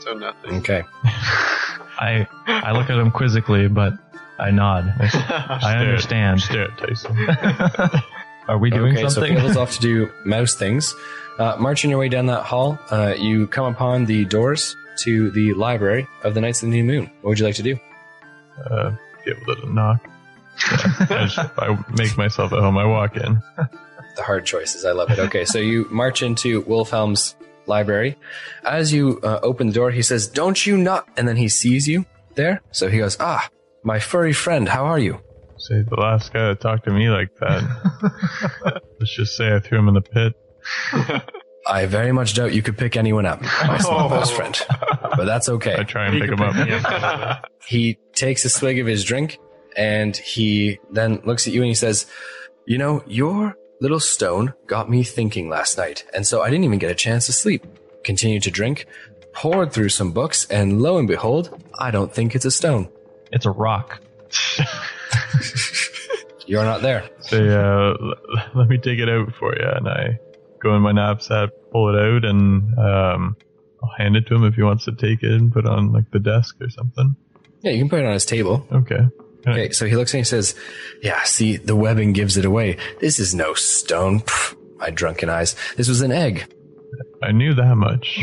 Speaker 8: So nothing.
Speaker 4: Okay.
Speaker 7: I I look at him quizzically, but I nod. I, I understand. Stare at Tyson. Are we doing
Speaker 4: okay,
Speaker 7: something?
Speaker 4: so Fievel's off to do mouse things. Uh, marching your way down that hall, uh, you come upon the doors to the library of the Knights of the New Moon. What would you like to do?
Speaker 7: uh, Fievel doesn't knock. I, just, I make myself at home. I walk in.
Speaker 4: the hard choices. I love it. Okay, so you march into Wilhelm's library. As you uh, open the door, he says, "Don't you not?" And then he sees you there, so he goes, "Ah, my furry friend, how are you?"
Speaker 7: Say the last guy that talked to me like that. Let's just say I threw him in the pit.
Speaker 4: I very much doubt you could pick anyone up, my small best friend,
Speaker 7: Oh.
Speaker 4: but that's okay.
Speaker 7: try and pick him up.
Speaker 4: He takes a swig of his drink and he then looks at you and he says, You know, your little stone got me thinking last night. And so I didn't even get a chance to sleep. Continued to drink, poured through some books, and lo and behold, I don't think it's a stone.
Speaker 7: It's a rock.
Speaker 4: You're not there.
Speaker 7: Say, uh, l- let me take it out for you. And I go in my knapsack, pull it out, and um, I'll hand it to him if he wants to take it and put it on like the desk or something.
Speaker 4: Yeah, you can put it on his table.
Speaker 7: Okay.
Speaker 4: Okay, so he looks and he says, Yeah, see, the webbing gives it away. This is no stone. Pff, my drunken eyes. This was an egg.
Speaker 7: I knew that much.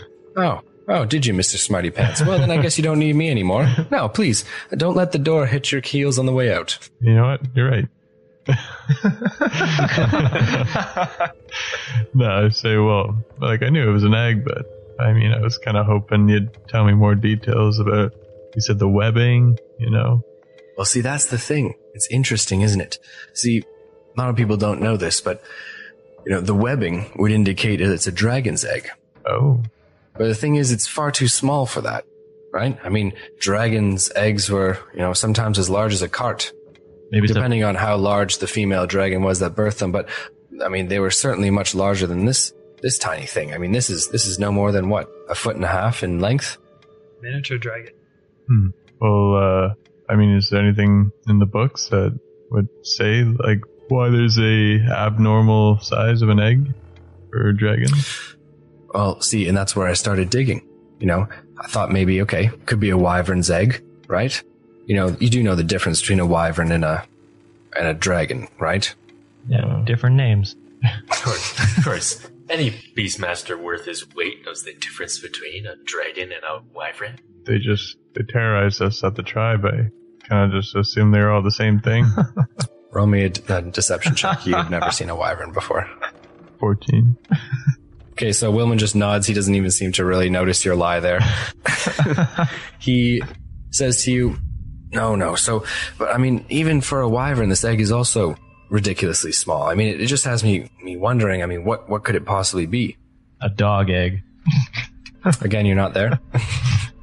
Speaker 4: Oh, oh, did you, Mr. Smarty Pants? Well, then I guess you don't need me anymore. No, please, don't let the door hit your keels on the way out.
Speaker 7: you know what? You're right. no, I say, well, like I knew it was an egg, but I mean, I was kind of hoping you'd tell me more details about. You said the webbing, you know.
Speaker 4: Well, see, that's the thing. It's interesting, isn't it? See, a lot of people don't know this, but, you know, the webbing would indicate that it's a dragon's egg.
Speaker 7: Oh,
Speaker 4: But the thing is, it's far too small for that, right? I mean, dragons' eggs were, you know, sometimes as large as a cart.
Speaker 7: maybe it's a
Speaker 4: depending on how large the female dragon was that birthed them. But I mean, they were certainly much larger than this this tiny thing. I mean, this is this is no more than what a foot and a half in length.
Speaker 5: Miniature dragon.
Speaker 7: Well, uh, I mean, is there anything in the books that would say like why there's a abnormal size of an egg for a dragon?
Speaker 4: Well, see, and that's where I started digging. You know, I thought maybe okay, could be a wyvern's egg, right? You know, you do know the difference between a wyvern and a and a dragon, right?
Speaker 7: uh, Yeah, different names.
Speaker 6: Of course, of course. Any beastmaster worth his weight knows the difference between a dragon and a wyvern.
Speaker 7: They just they terrorized us at the tribe. I kind of just assumed they were all the same thing.
Speaker 4: Roll me a d- a deception check. You've never seen a wyvern before.
Speaker 7: Fourteen.
Speaker 4: Okay, so Wilman just nods. He doesn't even seem to really notice your lie there. he says to you, No, no. So, but I mean, even for a wyvern, this egg is also ridiculously small. I mean, it, it just has me, me wondering, I mean, what, what could it possibly be?
Speaker 9: A dog egg.
Speaker 4: Again, you're not there.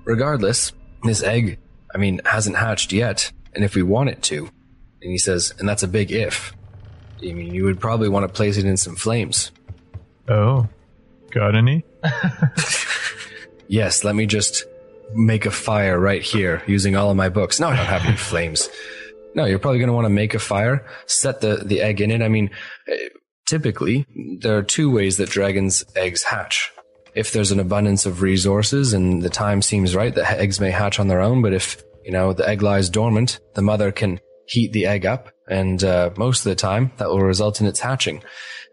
Speaker 4: Regardless, this egg, I mean, hasn't hatched yet. And if we want it to, and he says, and that's a big if, I mean, you would probably want to place it in some flames.
Speaker 7: Oh, got any?
Speaker 4: Yes, let me just make a fire right here using all of my books. No, I don't have any flames. No, you're probably going to want to make a fire, set the, the egg in it. I mean, eh, typically, there are two ways that dragons' eggs hatch. If there's an abundance of resources and the time seems right, the eggs may hatch on their own. But if, you know, the egg lies dormant, the mother can heat the egg up. And uh, most of the time, that will result in its hatching.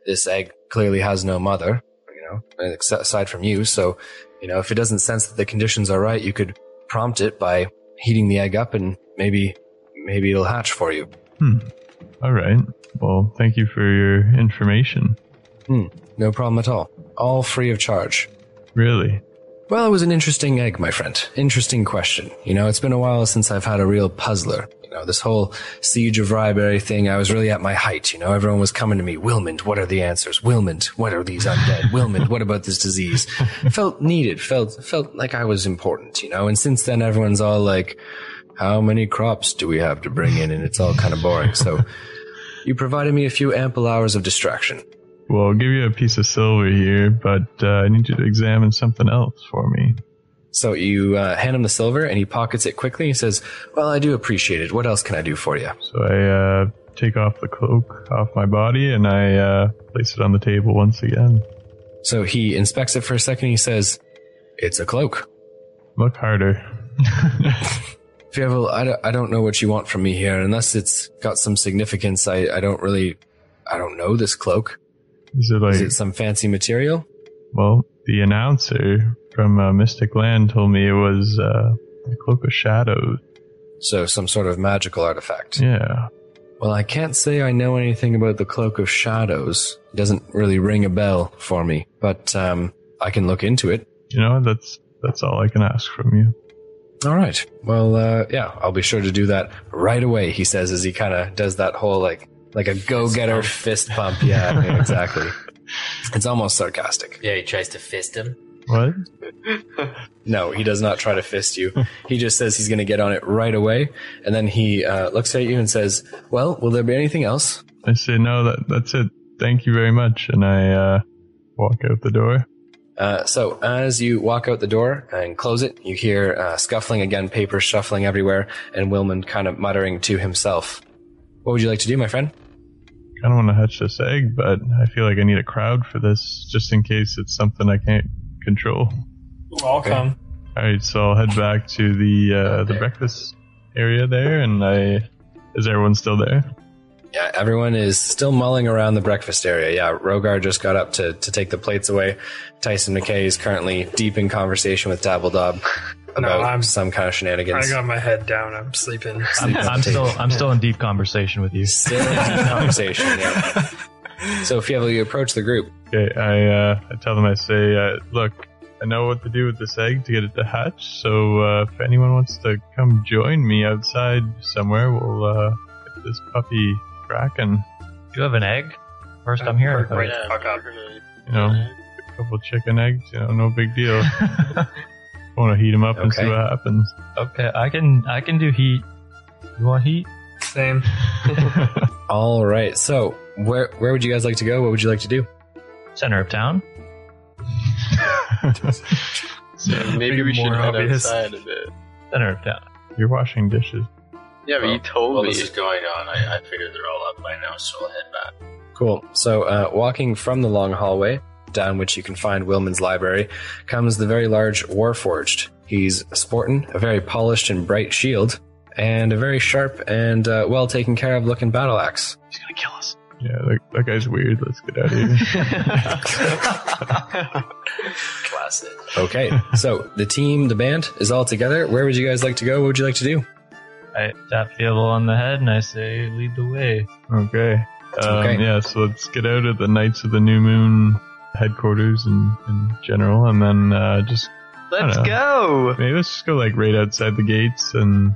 Speaker 4: This egg clearly has no mother, you know, ex- aside from you. So you know, if it doesn't sense that the conditions are right, you could prompt it by heating the egg up and maybe maybe it'll hatch for you.
Speaker 7: All right. Well, thank you for your information.
Speaker 4: No problem at all. All free of charge.
Speaker 7: Really.
Speaker 4: Well, it was an interesting egg, my friend. Interesting question. You know, it's been a while since I've had a real puzzler. You know, this whole siege of Ryberry thing, I was really at my height. You know, everyone was coming to me, Wilmond, what are the answers? Wilmond, what are these undead? Wilmond, what about this disease? felt needed, felt, felt like I was important, you know, and since then everyone's all like, how many crops do we have to bring in? And it's all kind of boring. So you provided me a few ample hours of distraction.
Speaker 7: Well, I'll give you a piece of silver here, but uh, I need you to examine something else for me.
Speaker 4: So you uh, hand him the silver and he pockets it quickly. He says, Well, I do appreciate it. What else can I do for you?
Speaker 7: So I uh, take off the cloak off my body and I uh, place it on the table once again.
Speaker 4: So he inspects it for a second. He says, It's a cloak.
Speaker 7: Look harder.
Speaker 4: Fievel, I don't, I don't know what you want from me here. Unless it's got some significance, I, I don't really, I don't know this cloak.
Speaker 7: Is it like
Speaker 4: Is it some fancy material?
Speaker 7: Well, the announcer from uh, Mystic Land told me it was uh, a cloak of shadows.
Speaker 4: So some sort of magical artifact.
Speaker 7: Yeah.
Speaker 4: Well, I can't say I know anything about the Cloak of Shadows. It doesn't really ring a bell for me, but um, I can look into it.
Speaker 7: You know, that's that's all I can ask from you.
Speaker 4: All right. Well, uh, yeah, I'll be sure to do that right away. He says as he kind of does that whole like like a go-getter fist pump. Yeah, yeah, exactly. It's almost sarcastic.
Speaker 6: Yeah, he tries to fist him.
Speaker 7: What?
Speaker 4: No, he does not try to fist you. He just says he's going to get on it right away, and then he uh, looks at you and says, "Well, will there be anything else?"
Speaker 7: I say no. That that's it. Thank you very much. And I uh, walk out the door.
Speaker 4: Uh, so as you walk out the door and close it, you hear uh, scuffling again, paper shuffling everywhere, and Wilman kind of muttering to himself. What would you like to do, my friend?
Speaker 7: Kind of want to hatch this egg, but I feel like I need a crowd for this, just in case it's something I can't control.
Speaker 5: I'll come.
Speaker 7: All right, so I'll head back to the uh, the breakfast area there, and I is everyone still there?
Speaker 4: Yeah, everyone is still mulling around the breakfast area. Yeah, Rogar just got up to, to take the plates away. Tyson McKay is currently deep in conversation with Dabbledob about
Speaker 5: I'm-
Speaker 4: some kind of shenanigans.
Speaker 5: I got my head down. I'm sleeping.
Speaker 9: I'm, I'm still I'm still in deep conversation with you.
Speaker 4: Still in deep conversation. Yeah. So Fievel, you approach the group.
Speaker 7: Okay, I uh, I tell them I say, uh, look, I know what to do with this egg to get it to hatch. So uh, if anyone wants to come join me outside somewhere, we'll uh, get this puppy cracking.
Speaker 9: Do you have an egg? First, I'm here.
Speaker 5: Right the fuck up.
Speaker 7: You know, a couple chicken eggs. You know, no big deal. want to heat them up and see
Speaker 4: Okay.
Speaker 7: what happens.
Speaker 9: Okay, I can I can do heat. You want heat?
Speaker 5: Same.
Speaker 4: All right. So where where would you guys like to go? What would you like to do?
Speaker 9: Center of town.
Speaker 8: So maybe we should
Speaker 5: more
Speaker 8: head
Speaker 5: obvious.
Speaker 8: outside a bit.
Speaker 9: Center of town.
Speaker 7: You're washing dishes.
Speaker 8: Yeah, but you told
Speaker 6: While
Speaker 8: me.
Speaker 6: this is going on, I, I figure they're all up by now, so we'll head back.
Speaker 4: Cool. So, uh, walking from the long hallway, down which you can find Wilman's library, comes the very large Warforged. He's sporting a very polished and bright shield, and a very sharp and uh, well taken care of looking battle axe.
Speaker 9: He's gonna kill us.
Speaker 7: Yeah, that, that guy's weird. Let's get out of here.
Speaker 6: Classic.
Speaker 4: Okay, so the team, the band is all together. Where would you guys like to go? What would you like to do?
Speaker 9: I tap Fable on the head and I say, lead the way.
Speaker 7: okay. Um,
Speaker 4: Okay.
Speaker 7: Yeah, so let's get out of the Knights of the New Moon headquarters in, in general, and then uh, just
Speaker 9: Let's
Speaker 7: I don't
Speaker 9: go!
Speaker 7: maybe let's just go like right outside the gates and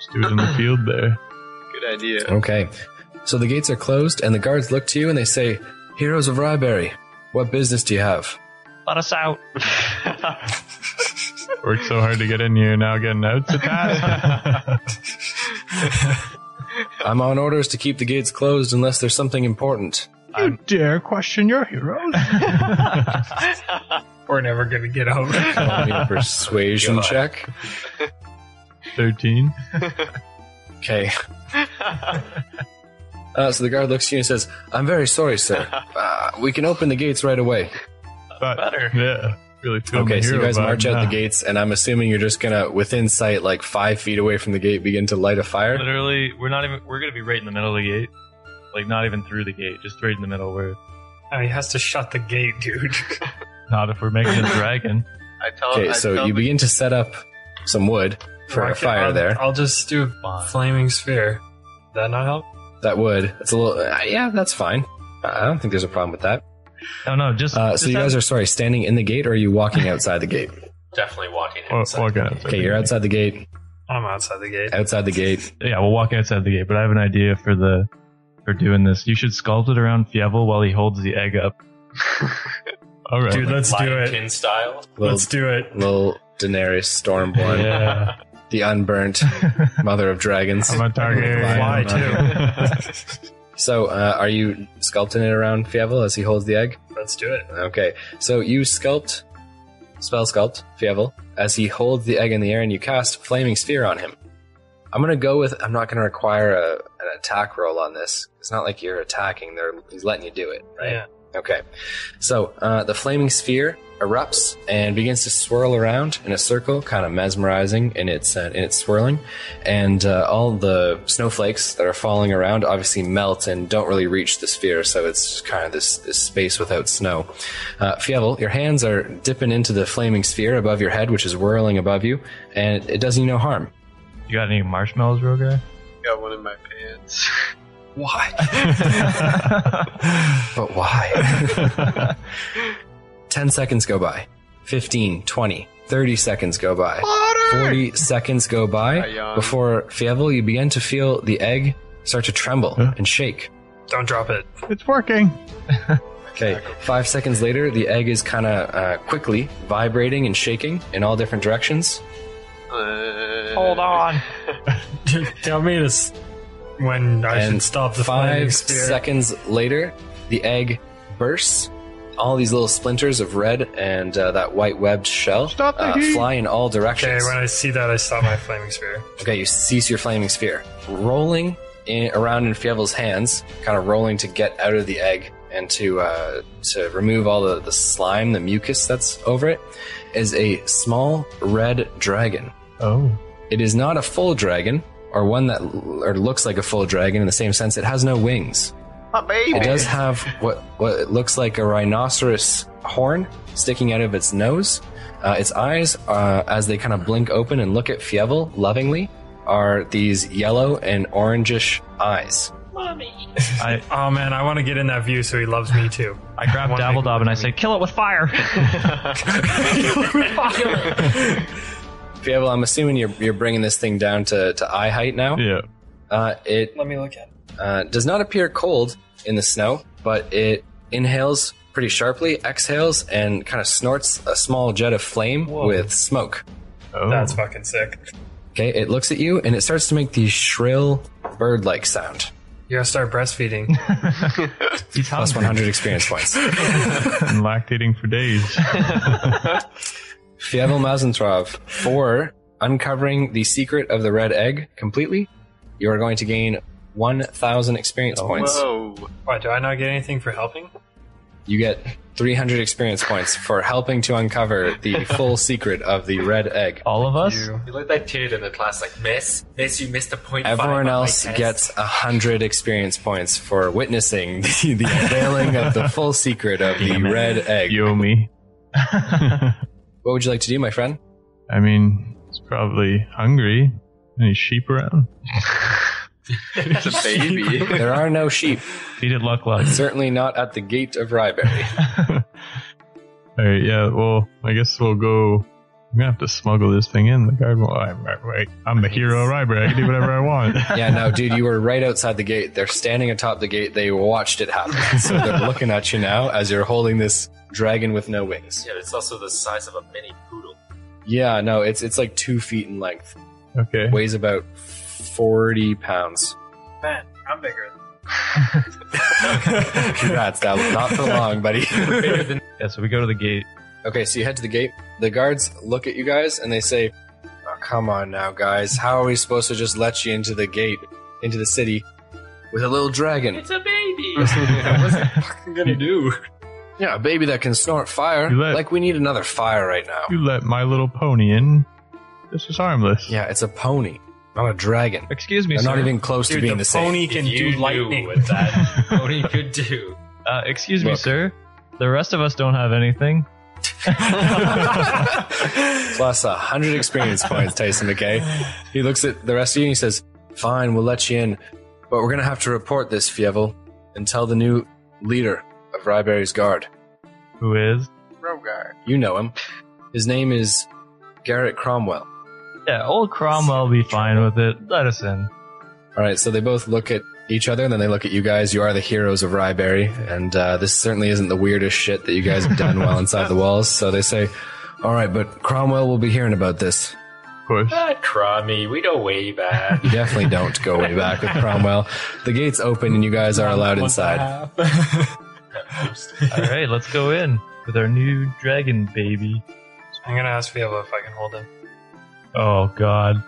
Speaker 7: just do it in the field there.
Speaker 8: Good idea.
Speaker 4: Okay, so the gates are closed, and the guards look to you and they say, "Heroes of Ryberry, what business do you have?"
Speaker 9: Let us out.
Speaker 7: Worked so hard to get in here, now getting out's a task.
Speaker 4: I'm on orders to keep the gates closed unless there's something important.
Speaker 7: you dare question your heroes?
Speaker 5: We're never gonna get over.
Speaker 4: Give me a persuasion check.
Speaker 7: Thirteen.
Speaker 4: Okay. Uh, so the guard looks to you and says, "I'm very sorry, sir. Uh, we can open the gates right away."
Speaker 7: But,
Speaker 9: Better.
Speaker 7: Yeah. Really feel my
Speaker 4: Okay, so you
Speaker 7: hero
Speaker 4: guys
Speaker 7: vibe
Speaker 4: march out the
Speaker 7: now.
Speaker 4: gates, and I'm assuming you're just gonna, within sight, like five feet away from the gate, begin to light a fire.
Speaker 9: Literally, we're not even, we're gonna be right in the middle of the gate. Like, not even through the gate, just right in the middle. We're
Speaker 5: Oh, he has to shut the gate, dude.
Speaker 9: not if we're making a dragon.
Speaker 8: I tell.
Speaker 4: Okay,
Speaker 8: I
Speaker 4: so
Speaker 8: tell
Speaker 4: you
Speaker 8: the-
Speaker 4: begin to set up some wood for
Speaker 5: Why
Speaker 4: a
Speaker 5: can't-
Speaker 4: fire
Speaker 5: I'll-
Speaker 4: there.
Speaker 5: I'll just do a
Speaker 9: Fine.
Speaker 5: flaming sphere. That not help?
Speaker 4: that wood. That's a little. Uh, yeah, that's fine. Uh, I don't think there's a problem with that.
Speaker 9: No, no, just.
Speaker 4: Uh,
Speaker 9: just
Speaker 4: so you
Speaker 9: have-
Speaker 4: guys are sorry, standing in the gate, or are you walking outside the gate?
Speaker 6: Definitely walking
Speaker 5: Oh,
Speaker 7: Wa-
Speaker 6: inside.
Speaker 7: walking outside
Speaker 4: Okay,
Speaker 7: the
Speaker 4: you're
Speaker 7: gate.
Speaker 4: outside the gate.
Speaker 5: I'm outside the gate.
Speaker 4: Outside the gate.
Speaker 9: Yeah, we'll walk outside the gate, but I have an idea for the for doing this. You should sculpt it around Fievel while he holds the egg up.
Speaker 7: All right.
Speaker 5: Dude, let's do
Speaker 6: Lion
Speaker 5: it.
Speaker 6: King style.
Speaker 4: Little,
Speaker 5: Let's do it.
Speaker 4: little Daenerys Stormborn,
Speaker 9: Yeah.
Speaker 4: the unburnt mother of dragons.
Speaker 7: I'm a target.
Speaker 4: Lion,
Speaker 5: Why,
Speaker 4: mother.
Speaker 5: too?
Speaker 4: So, uh, are you sculpting it around Fievel as he holds the egg?
Speaker 5: Let's do it.
Speaker 4: Okay, so you sculpt, spell sculpt Fievel as he holds the egg in the air, and you cast flaming sphere on him. I'm gonna go with. I'm not gonna require a, an attack roll on this. It's not like you're attacking. They're he's letting you do it, right?
Speaker 5: Yeah.
Speaker 4: Okay, so uh, the flaming sphere erupts and begins to swirl around in a circle, kind of mesmerizing in its uh, in its swirling, and uh, all the snowflakes that are falling around obviously melt and don't really reach the sphere. So it's kind of this, this space without snow. Uh, Fievel, your hands are dipping into the flaming sphere above your head, which is whirling above you, and it, it does you no harm.
Speaker 9: You got any marshmallows, real guy?
Speaker 8: got one in my pants.
Speaker 4: But why? 10 seconds go by. 15, 20, 30 seconds go by. 40 seconds go
Speaker 8: I
Speaker 4: by
Speaker 8: yawn.
Speaker 4: before Fievel, you begin to feel the egg start to tremble and shake.
Speaker 5: Don't drop it.
Speaker 7: It's working.
Speaker 4: Okay, five seconds later, the egg is kind of uh, quickly vibrating and shaking in all different directions.
Speaker 8: Uh,
Speaker 9: Hold on.
Speaker 5: Tell me this when I
Speaker 4: and
Speaker 5: should stop the flaming
Speaker 4: five
Speaker 5: sphere.
Speaker 4: seconds later, the egg bursts. All these little splinters of red and uh, that white webbed shell
Speaker 7: Stop the
Speaker 4: uh,
Speaker 7: heat.
Speaker 4: fly in all
Speaker 5: Okay,
Speaker 4: directions.
Speaker 5: when I see that, I stop my flaming sphere.
Speaker 4: Okay, you cease your flaming sphere. Rolling in, around in Fievel's hands, kind of rolling to get out of the egg and to uh, to remove all the, the slime, the mucus that's over it, is a small red dragon.
Speaker 7: Oh.
Speaker 4: It is not a full dragon, or one that l- or looks like a full dragon in the same sense. It has no wings.
Speaker 8: My baby.
Speaker 4: It does have what what it looks like a rhinoceros horn sticking out of its nose. Uh, its eyes, uh, as they kind of blink open and look at Fievel lovingly, are these yellow and orangish eyes.
Speaker 9: I
Speaker 5: Oh man, I want to get in that view so he loves me too.
Speaker 9: I grab
Speaker 5: Wanna make-
Speaker 9: Dabbledob and I say, kill it with fire.
Speaker 4: Fievel, I'm assuming you're you're bringing this thing down to, to eye height now.
Speaker 7: Yeah.
Speaker 4: Uh, it
Speaker 5: Let me look at. It.
Speaker 4: uh, does not appear cold in the snow, but it inhales pretty sharply, exhales, and kind of snorts a small jet of flame with smoke.
Speaker 7: Oh.
Speaker 5: That's fucking sick.
Speaker 4: Okay, it looks at you and it starts to make the shrill bird like sound.
Speaker 5: You gotta start breastfeeding.
Speaker 9: He's
Speaker 4: Plus
Speaker 9: hungry.
Speaker 4: 100 experience points.
Speaker 7: and lactating for days.
Speaker 4: Fievel Mazentrov, for uncovering the secret of the red egg completely, you are going to gain 1,000 experience points.
Speaker 8: Whoa.
Speaker 5: Why do I not get anything for helping?
Speaker 4: You get 300 experience points for helping to uncover the full secret of the red egg.
Speaker 9: All of us?
Speaker 6: You look like kid in the class, like miss, miss, you missed a point. five on
Speaker 4: Everyone
Speaker 6: my
Speaker 4: else
Speaker 6: test."
Speaker 4: gets a 100 experience points for witnessing the, the unveiling of the full secret of the
Speaker 9: Damn it.
Speaker 4: red egg.
Speaker 9: You owe me.
Speaker 4: What would you like to do, my friend?
Speaker 7: I mean, it's probably hungry. Any sheep around?
Speaker 6: It's a baby.
Speaker 4: There are no sheep,
Speaker 9: Feed it luck luck.
Speaker 4: certainly not at the gate of Ryberry.
Speaker 7: All right, yeah. Well, I guess we'll go. I'm gonna have to smuggle this thing in. The guard will. I'm, right, I'm the hero of Ryberry. I can do whatever I want.
Speaker 4: Yeah, no, dude, you were right outside the gate. They're standing atop the gate. They watched it happen. So they're looking at you now as you're holding this dragon with no wings.
Speaker 6: yeah, it's also the size of a mini poodle.
Speaker 4: Yeah, no, it's it's like two feet in length.
Speaker 7: Okay.
Speaker 4: Weighs about forty pounds.
Speaker 5: Man, I'm bigger. than
Speaker 4: Congrats, that was not for long, buddy.
Speaker 9: Yeah, so we go to the gate.
Speaker 4: Okay, so you head to the gate. The guards look at you guys and they say, oh, "Come on now, guys. How are we supposed to just let you into the gate, into the city, with a little dragon? It's a baby. What's it fucking gonna do? Yeah, a baby that can snort fire.
Speaker 7: You let-
Speaker 4: Like we need another fire right now.
Speaker 7: You let My Little Pony in. This is harmless.
Speaker 4: Yeah, it's a pony, not a dragon.
Speaker 9: Excuse me,
Speaker 4: They're not
Speaker 9: sir.
Speaker 4: even close to
Speaker 5: Dude,
Speaker 4: being
Speaker 5: the
Speaker 4: the, same.
Speaker 5: pony can
Speaker 6: If you
Speaker 5: do lightning.
Speaker 6: knew what that pony could do.
Speaker 9: Uh, excuse me,
Speaker 4: Look.
Speaker 9: sir. The rest of us don't have anything.
Speaker 4: Plus a hundred experience points, Tyson McKay. He looks at the rest of you and he says, Fine, we'll let you in. But we're gonna have to report this, Fievel, and tell the new leader of Ryberry's Guard.
Speaker 9: Who is?
Speaker 8: Rogar.
Speaker 4: You know him. His name is Garrett Cromwell.
Speaker 9: Yeah, old Cromwell will be fine with it. Let us in.
Speaker 4: Alright, so they both look at each other and then they look at you guys. You are the heroes of Ryberry, and uh, this certainly isn't the weirdest shit that you guys have done while inside the walls. So they say, Alright, but Cromwell will be hearing about this.
Speaker 7: Of course.
Speaker 6: Not crummy. We go way back.
Speaker 4: You definitely don't go way back with Cromwell. The gates open and you guys are allowed inside.
Speaker 6: Uh,
Speaker 9: All right, let's go in with our new dragon baby.
Speaker 5: I'm gonna ask Fiala if I can hold him.
Speaker 9: Oh God.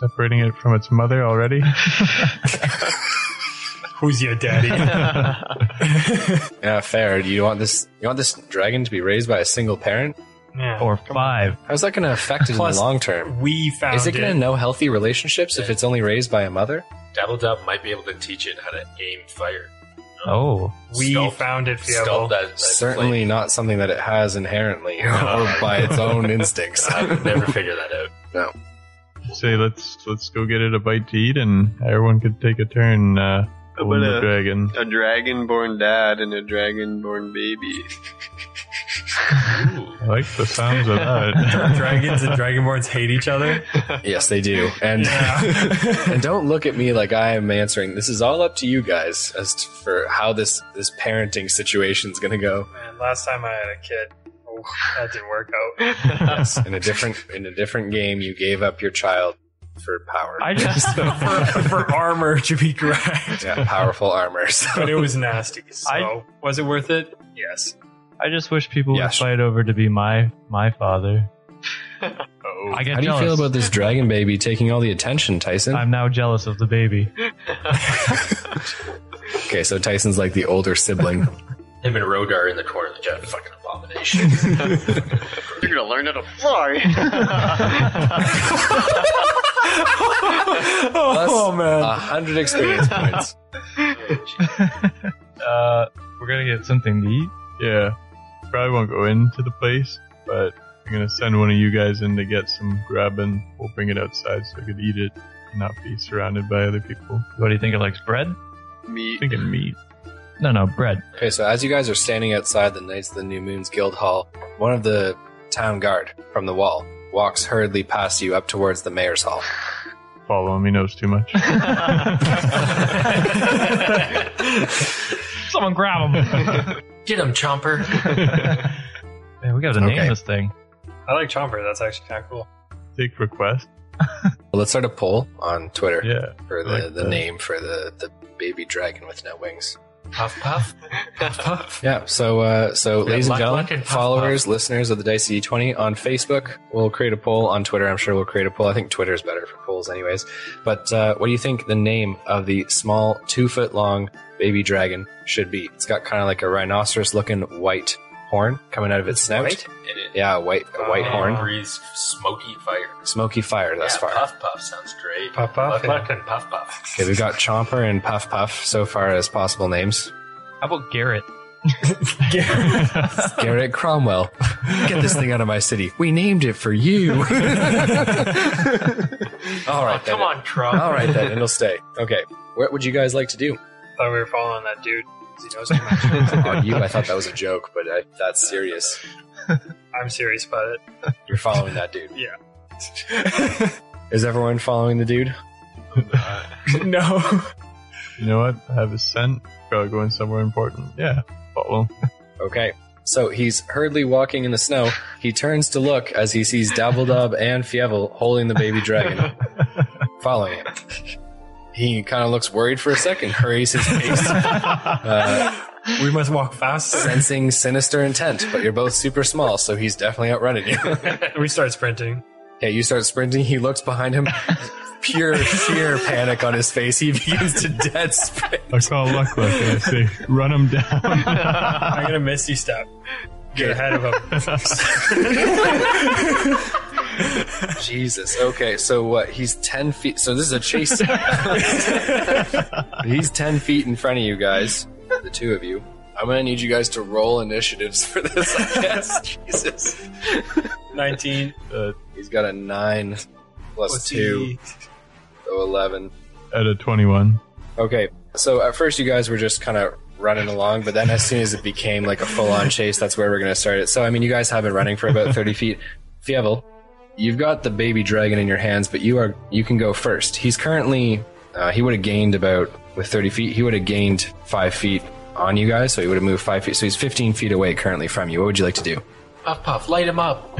Speaker 7: Separating it from its mother already.
Speaker 5: Who's your daddy?
Speaker 4: Yeah, fair. Do you want this? You want this dragon to be raised by a single parent?
Speaker 5: yeah.
Speaker 9: or five.
Speaker 4: How's that going to affect it in the
Speaker 5: Plus- oh,
Speaker 4: long term?
Speaker 5: We found
Speaker 4: Is it going to know healthy relationships if it's only raised by a mother?
Speaker 6: Dabbledab might be able to teach it how to aim fire.
Speaker 9: Oh,
Speaker 5: We
Speaker 6: Sculpt-
Speaker 5: found it,
Speaker 6: Sculpt
Speaker 5: Fiala.
Speaker 6: that, that
Speaker 4: Certainly not something that it has inherently or by its own instincts.
Speaker 6: plate. I would never figure that out.
Speaker 7: Say, let's let's go get it a bite to eat, and everyone could take a turn. Uh,
Speaker 8: How
Speaker 7: holding
Speaker 8: about
Speaker 7: the
Speaker 8: a-
Speaker 7: dragon.
Speaker 8: A dragon-born dad and a dragon-born baby.
Speaker 6: Ooh.
Speaker 7: I like the sounds of that.
Speaker 5: dragonborns hate each other.
Speaker 4: Yes, they do. And and don't look at me like I am answering. This is all up to you guys as to, for how this this parenting situation's going to go.
Speaker 5: Man, last time I had a kid, oh, that didn't work out.
Speaker 4: Yes, in a different in a different game, you gave up your child for power.
Speaker 9: I just
Speaker 5: for, for armor, to be correct.
Speaker 4: yeah, powerful armor. So.
Speaker 5: But it was nasty. So,
Speaker 9: I-
Speaker 5: was it worth it? Yes.
Speaker 9: I just wish people
Speaker 4: Yes.
Speaker 9: would fight over to be my my father.
Speaker 7: Oh.
Speaker 9: I get
Speaker 4: How do you
Speaker 9: jealous.
Speaker 4: feel about this dragon baby taking all the attention, Tyson?
Speaker 9: I'm now jealous of the baby.
Speaker 4: okay, so Tyson's like the older sibling.
Speaker 6: Him and Rogar in the corner of the jet, fucking abomination.
Speaker 8: You're gonna learn how to fly.
Speaker 4: oh man, hundred experience points.
Speaker 9: Uh, we're gonna get something to eat.
Speaker 7: yeah, probably won't go into the place, but I'm gonna send one of you guys in to get some grabbing. We'll bring it outside so I could eat it and not be surrounded by other people.
Speaker 9: What do you think it likes? Bread?
Speaker 8: Meat.
Speaker 7: thinking meat.
Speaker 9: No, no, bread.
Speaker 4: Okay, so as you guys are standing outside the Knights of the New Moon's guild hall, one of the town guard from the wall walks hurriedly past you up towards the mayor's hall.
Speaker 7: Following me knows too much.
Speaker 9: Someone grab him.
Speaker 6: Get him, Chomper.
Speaker 9: Man, we gotta
Speaker 4: Okay.
Speaker 9: name this thing.
Speaker 5: I like Chomper. That's actually kind of cool.
Speaker 7: Take request.
Speaker 4: Well, let's start a poll on Twitter
Speaker 7: Yeah.
Speaker 4: for the,
Speaker 7: I like
Speaker 4: the
Speaker 7: that.
Speaker 4: name for the, the baby dragon with no wings.
Speaker 6: Puff, puff. Puff, puff.
Speaker 4: Yeah. So, uh, so, ladies and
Speaker 6: Luck
Speaker 4: gentlemen,
Speaker 6: Luck and Puff
Speaker 4: followers, listeners of the Dicey D20 on Facebook, we'll create a poll on Twitter. I'm sure we'll create a poll. I think Twitter's better for polls. goals, anyways. But uh, what do you think the name of the small, two foot long baby dragon should be? It's got kind of like a rhinoceros looking white horn coming out of its snout.
Speaker 6: And it,
Speaker 4: Yeah, white, a white
Speaker 6: and it
Speaker 4: horn.
Speaker 6: breathes smoky fire.
Speaker 4: Smoky fire thus
Speaker 6: Oh. yeah,
Speaker 4: far.
Speaker 6: Puff puff sounds great.
Speaker 5: Puff Puff?
Speaker 6: Puff and puff puff.
Speaker 4: Okay, we've got Chomper and Puff Puff so far as possible names.
Speaker 9: How about Garrett?
Speaker 4: Garrett Cromwell. Get this thing out of my city. We named it for you. All right, then.
Speaker 5: Oh, come on, Trump.
Speaker 4: All right, then. It'll stay. Okay. What would you guys like to do?
Speaker 5: thought we were following that dude. 'cause He knows too much.
Speaker 4: On you, I thought that was a joke, but I, that's serious.
Speaker 5: I'm serious about it.
Speaker 4: You're following that dude.
Speaker 5: Yeah.
Speaker 4: Is everyone following the dude? no.
Speaker 7: You know what? I have a scent. Probably going somewhere important. Yeah, follow.
Speaker 4: Okay. So he's hurriedly walking in the snow. He turns to look as he sees Dabbledub and Fievel holding the baby dragon, following him. He kind of looks worried for a second, hurries his pace. Uh,
Speaker 9: We must walk fast.
Speaker 4: sensing sinister intent, but you're both super small, so he's definitely outrunning you.
Speaker 5: We start sprinting.
Speaker 4: Yeah, you start sprinting. He looks behind him. Pure sheer panic on his face. He begins to dead sprint.
Speaker 7: I call Luckluck and I say, run him down.
Speaker 5: I'm gonna misty step. Get ahead of him.
Speaker 4: Jesus. Okay, so what? He's ten feet. So this is a chase. he's ten feet in front of you guys, the two of you. I'm gonna need you guys to roll initiatives for this. I guess. Jesus.
Speaker 5: 19.
Speaker 4: He's got a nine plus
Speaker 5: What's
Speaker 4: two,
Speaker 5: he-
Speaker 4: so eleven.
Speaker 7: At a 21.
Speaker 4: Okay. So at first you guys were just kind of running along, but then as soon as it became like a full-on chase, that's where we're going to start it. So I mean, you guys have been running for about 30 feet. Fievel, you've got the baby dragon in your hands, but you are you can go first. He's currently uh, he would have gained about with 30 feet. He would have gained five feet on you guys, so he would have moved five feet. So he's 15 feet away currently from you. What would you like to do?
Speaker 6: Puff puff, light him up.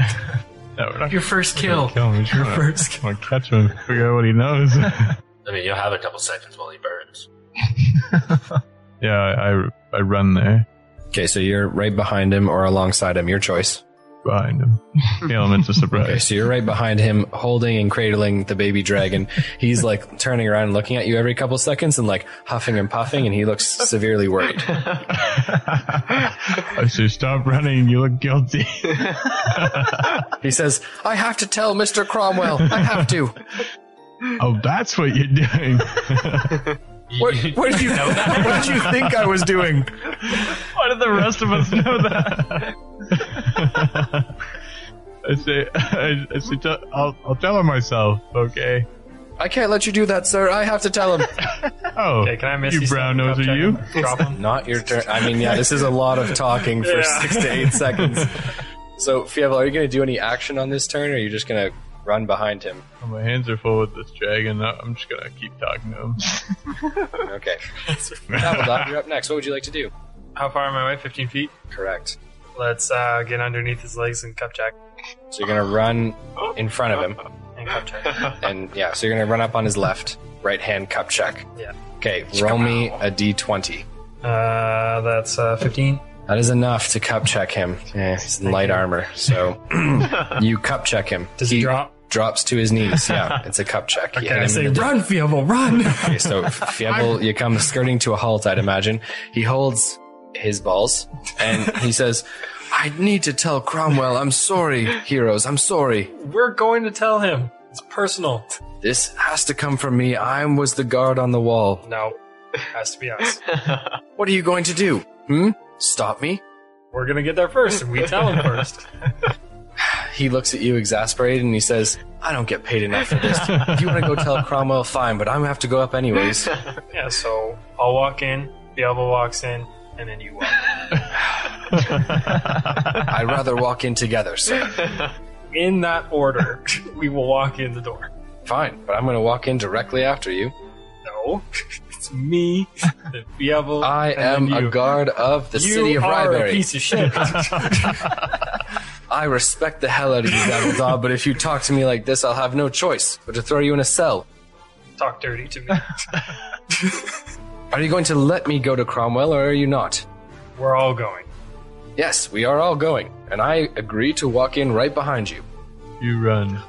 Speaker 7: No, we're not
Speaker 6: Your first kill.
Speaker 7: gonna kill him. We're just gonna,
Speaker 6: first
Speaker 7: gonna catch him and figure out what he knows.
Speaker 6: I mean, you'll have a couple seconds while he burns.
Speaker 7: yeah, I, I run there
Speaker 4: Okay, so you're right behind him or alongside him, your choice.
Speaker 7: behind him. The element's a
Speaker 4: Okay,
Speaker 7: surprise.
Speaker 4: so you're right behind him, holding and cradling the baby dragon. He's like turning around and looking at you every couple seconds and like huffing and puffing, and he looks severely worried.
Speaker 7: I say, stop running. You look guilty.
Speaker 4: He says, I have to tell Mr. Cromwell. I have to.
Speaker 7: oh, that's what you're doing.
Speaker 4: What, what did you know that? What did you think I was doing?
Speaker 7: Why did the rest of us know that? I say, I, I say, tell, I'll, I'll tell her myself, okay?
Speaker 4: I can't let you do that, sir. I have to tell him.
Speaker 7: Oh,
Speaker 5: Okay, can I miss
Speaker 7: you brown nose are you?
Speaker 5: Drop him.
Speaker 4: Not your turn. I mean, yeah, this is a lot of talking for
Speaker 5: Yeah.
Speaker 4: six to eight seconds. So, Fievel, are you going to do any action on this turn, or are you just going to run behind him?
Speaker 7: Oh, my hands are full with this dragon. I- I'm just gonna keep talking to him.
Speaker 4: Okay. Dabbledob, you're up next. What would you like to do?
Speaker 5: How far am I away? 15 feet?
Speaker 4: Correct.
Speaker 5: Let's uh, get underneath his legs and cup check.
Speaker 4: So you're gonna run in front of him,
Speaker 5: And cup check.
Speaker 4: and yeah, so you're gonna run up on his left, right hand cup check.
Speaker 5: Yeah.
Speaker 4: Okay, roll me a d20.
Speaker 5: uh, that's uh, 15.
Speaker 4: That is enough to cup check him. Yeah, he's in light armor, so you cup check him.
Speaker 5: Does he, drop?
Speaker 4: Drops to his knees. Yeah, it's a cup check. You hit him
Speaker 5: I
Speaker 4: in
Speaker 5: say,
Speaker 4: the-
Speaker 5: run, Fievel, run!
Speaker 4: Okay, so Fievel, you come skirting to a halt, I'd imagine. He holds his balls and he says, I need to tell Cromwell, I'm sorry, heroes, I'm sorry.
Speaker 5: We're going to tell him. It's personal.
Speaker 4: This has to come from me. I was the guard on the wall.
Speaker 5: No, it has to be us.
Speaker 4: What are you going to do? Hmm? Stop me?
Speaker 5: We're going to get there first, and we tell him first.
Speaker 4: He looks at you exasperated and he says, I don't get paid enough for this. if you want to go tell Cromwell, fine, but I'm going to have to go up anyways.
Speaker 5: Yeah, so I'll walk in, Fievel walks in, and then you walk.
Speaker 4: I'd rather walk in together, sir.
Speaker 5: In that order, we will walk in the door.
Speaker 4: Fine, but I'm going to walk in directly after you.
Speaker 5: No, it's me, then Fievel,
Speaker 4: I
Speaker 5: and
Speaker 4: am
Speaker 5: then
Speaker 4: a
Speaker 5: you.
Speaker 4: guard of the
Speaker 5: you
Speaker 4: city of
Speaker 5: are
Speaker 4: Ryberry.
Speaker 5: a piece of shit.
Speaker 4: I respect the hell out of you, Dabbledaw, but if you talk to me like this, I'll have no choice but to throw you in a cell.
Speaker 5: Talk dirty to me.
Speaker 4: Are you going to let me go to Cromwell or are you not?
Speaker 5: We're all going.
Speaker 4: Yes, we are all going, and I agree to walk in right behind you.
Speaker 7: You run.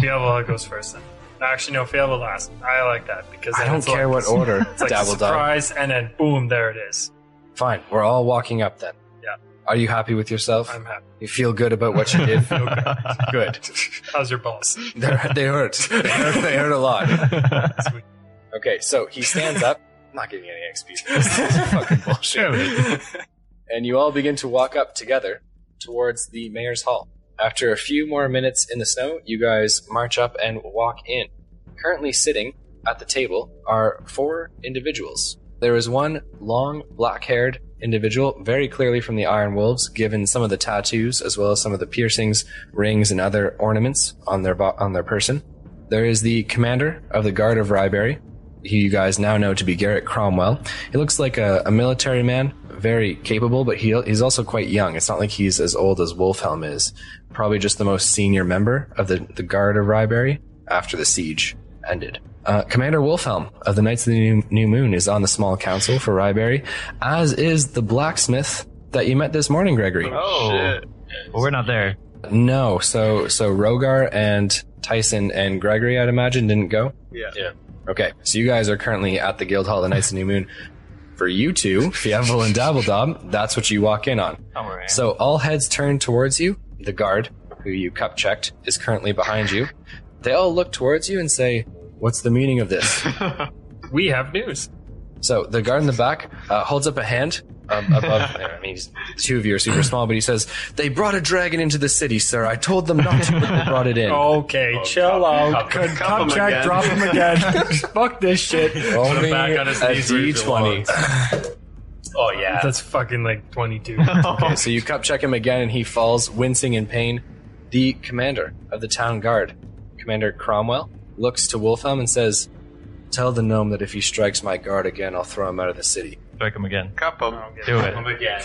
Speaker 5: Fievel goes first then. Actually, no, Fievel last. I like that because
Speaker 4: I
Speaker 5: then
Speaker 4: don't
Speaker 5: it's like-
Speaker 4: care what order.
Speaker 5: It's like
Speaker 4: Dabble dab.
Speaker 5: surprise, and then boom, there it is.
Speaker 4: Fine, we're all walking up then.
Speaker 5: Yeah.
Speaker 4: Are you happy with yourself?
Speaker 5: I'm happy.
Speaker 4: you feel good about what you did? good.
Speaker 5: How's your balls?
Speaker 4: They're- they hurt. They hurt. They hurt a lot.
Speaker 5: Sweet.
Speaker 4: Okay, so he stands up. I'm not getting any XP. for This This is fucking bullshit. and you all begin to walk up together towards the mayor's hall. After a few more minutes in the snow, you guys march up and walk in. Currently sitting at the table are four individuals. There is one long, black haired individual, very clearly from the Iron Wolves, given some of the tattoos as well as some of the piercings, rings, and other ornaments on their, bo- on their person. There is the commander of the Guard of Ryberry, who you guys now know to be Garrett Cromwell. He looks like a, a military man, very capable, but he, he's also quite young. It's not like he's as old as Wolfhelm is. Probably just the most senior member of the, the Guard of Ryberry after the siege ended. Uh, Commander Wolfhelm of the Knights of the New, New Moon is on the small council for Ryberry, as is the blacksmith that you met this morning, Gregory.
Speaker 9: Oh, Well, we're not there.
Speaker 4: No, so so Rogar and Tyson and Gregory, I'd imagine, didn't go.
Speaker 8: Yeah.
Speaker 6: Yeah.
Speaker 4: Okay, so you guys are currently at the Guild Hall, the Knights of the New Moon. For you two, Fievel and Dabbledob, that's what you walk in on. So all heads turn towards you. The guard, who you cup checked, is currently behind you. They all look towards you and say, "What's the meaning of this?"
Speaker 5: We have news.
Speaker 4: So the guard in the back uh, holds up a hand um, above. I mean, he's, two of you are super small, but he says, "They brought a dragon into the city, sir. I told them not to, but they brought it in."
Speaker 6: Oh
Speaker 5: Okay, chill
Speaker 8: cup-
Speaker 5: out. Could
Speaker 8: cup 'em again.
Speaker 5: contract drop him again. Fuck this shit.
Speaker 4: Roll
Speaker 6: Put him
Speaker 4: me
Speaker 6: back on his
Speaker 4: a
Speaker 6: knees where he
Speaker 4: D20.
Speaker 6: Oh yeah.
Speaker 5: That's fucking like 22.
Speaker 4: Okay, so you cup check him again, and he falls, wincing in pain. The commander of the town guard, Commander Cromwell, looks to Wolfhelm and says, "Tell the gnome that if he strikes my guard again, I'll throw him out of the city."
Speaker 9: Strike him again.
Speaker 8: Cup 'em.
Speaker 9: Do it.
Speaker 6: again.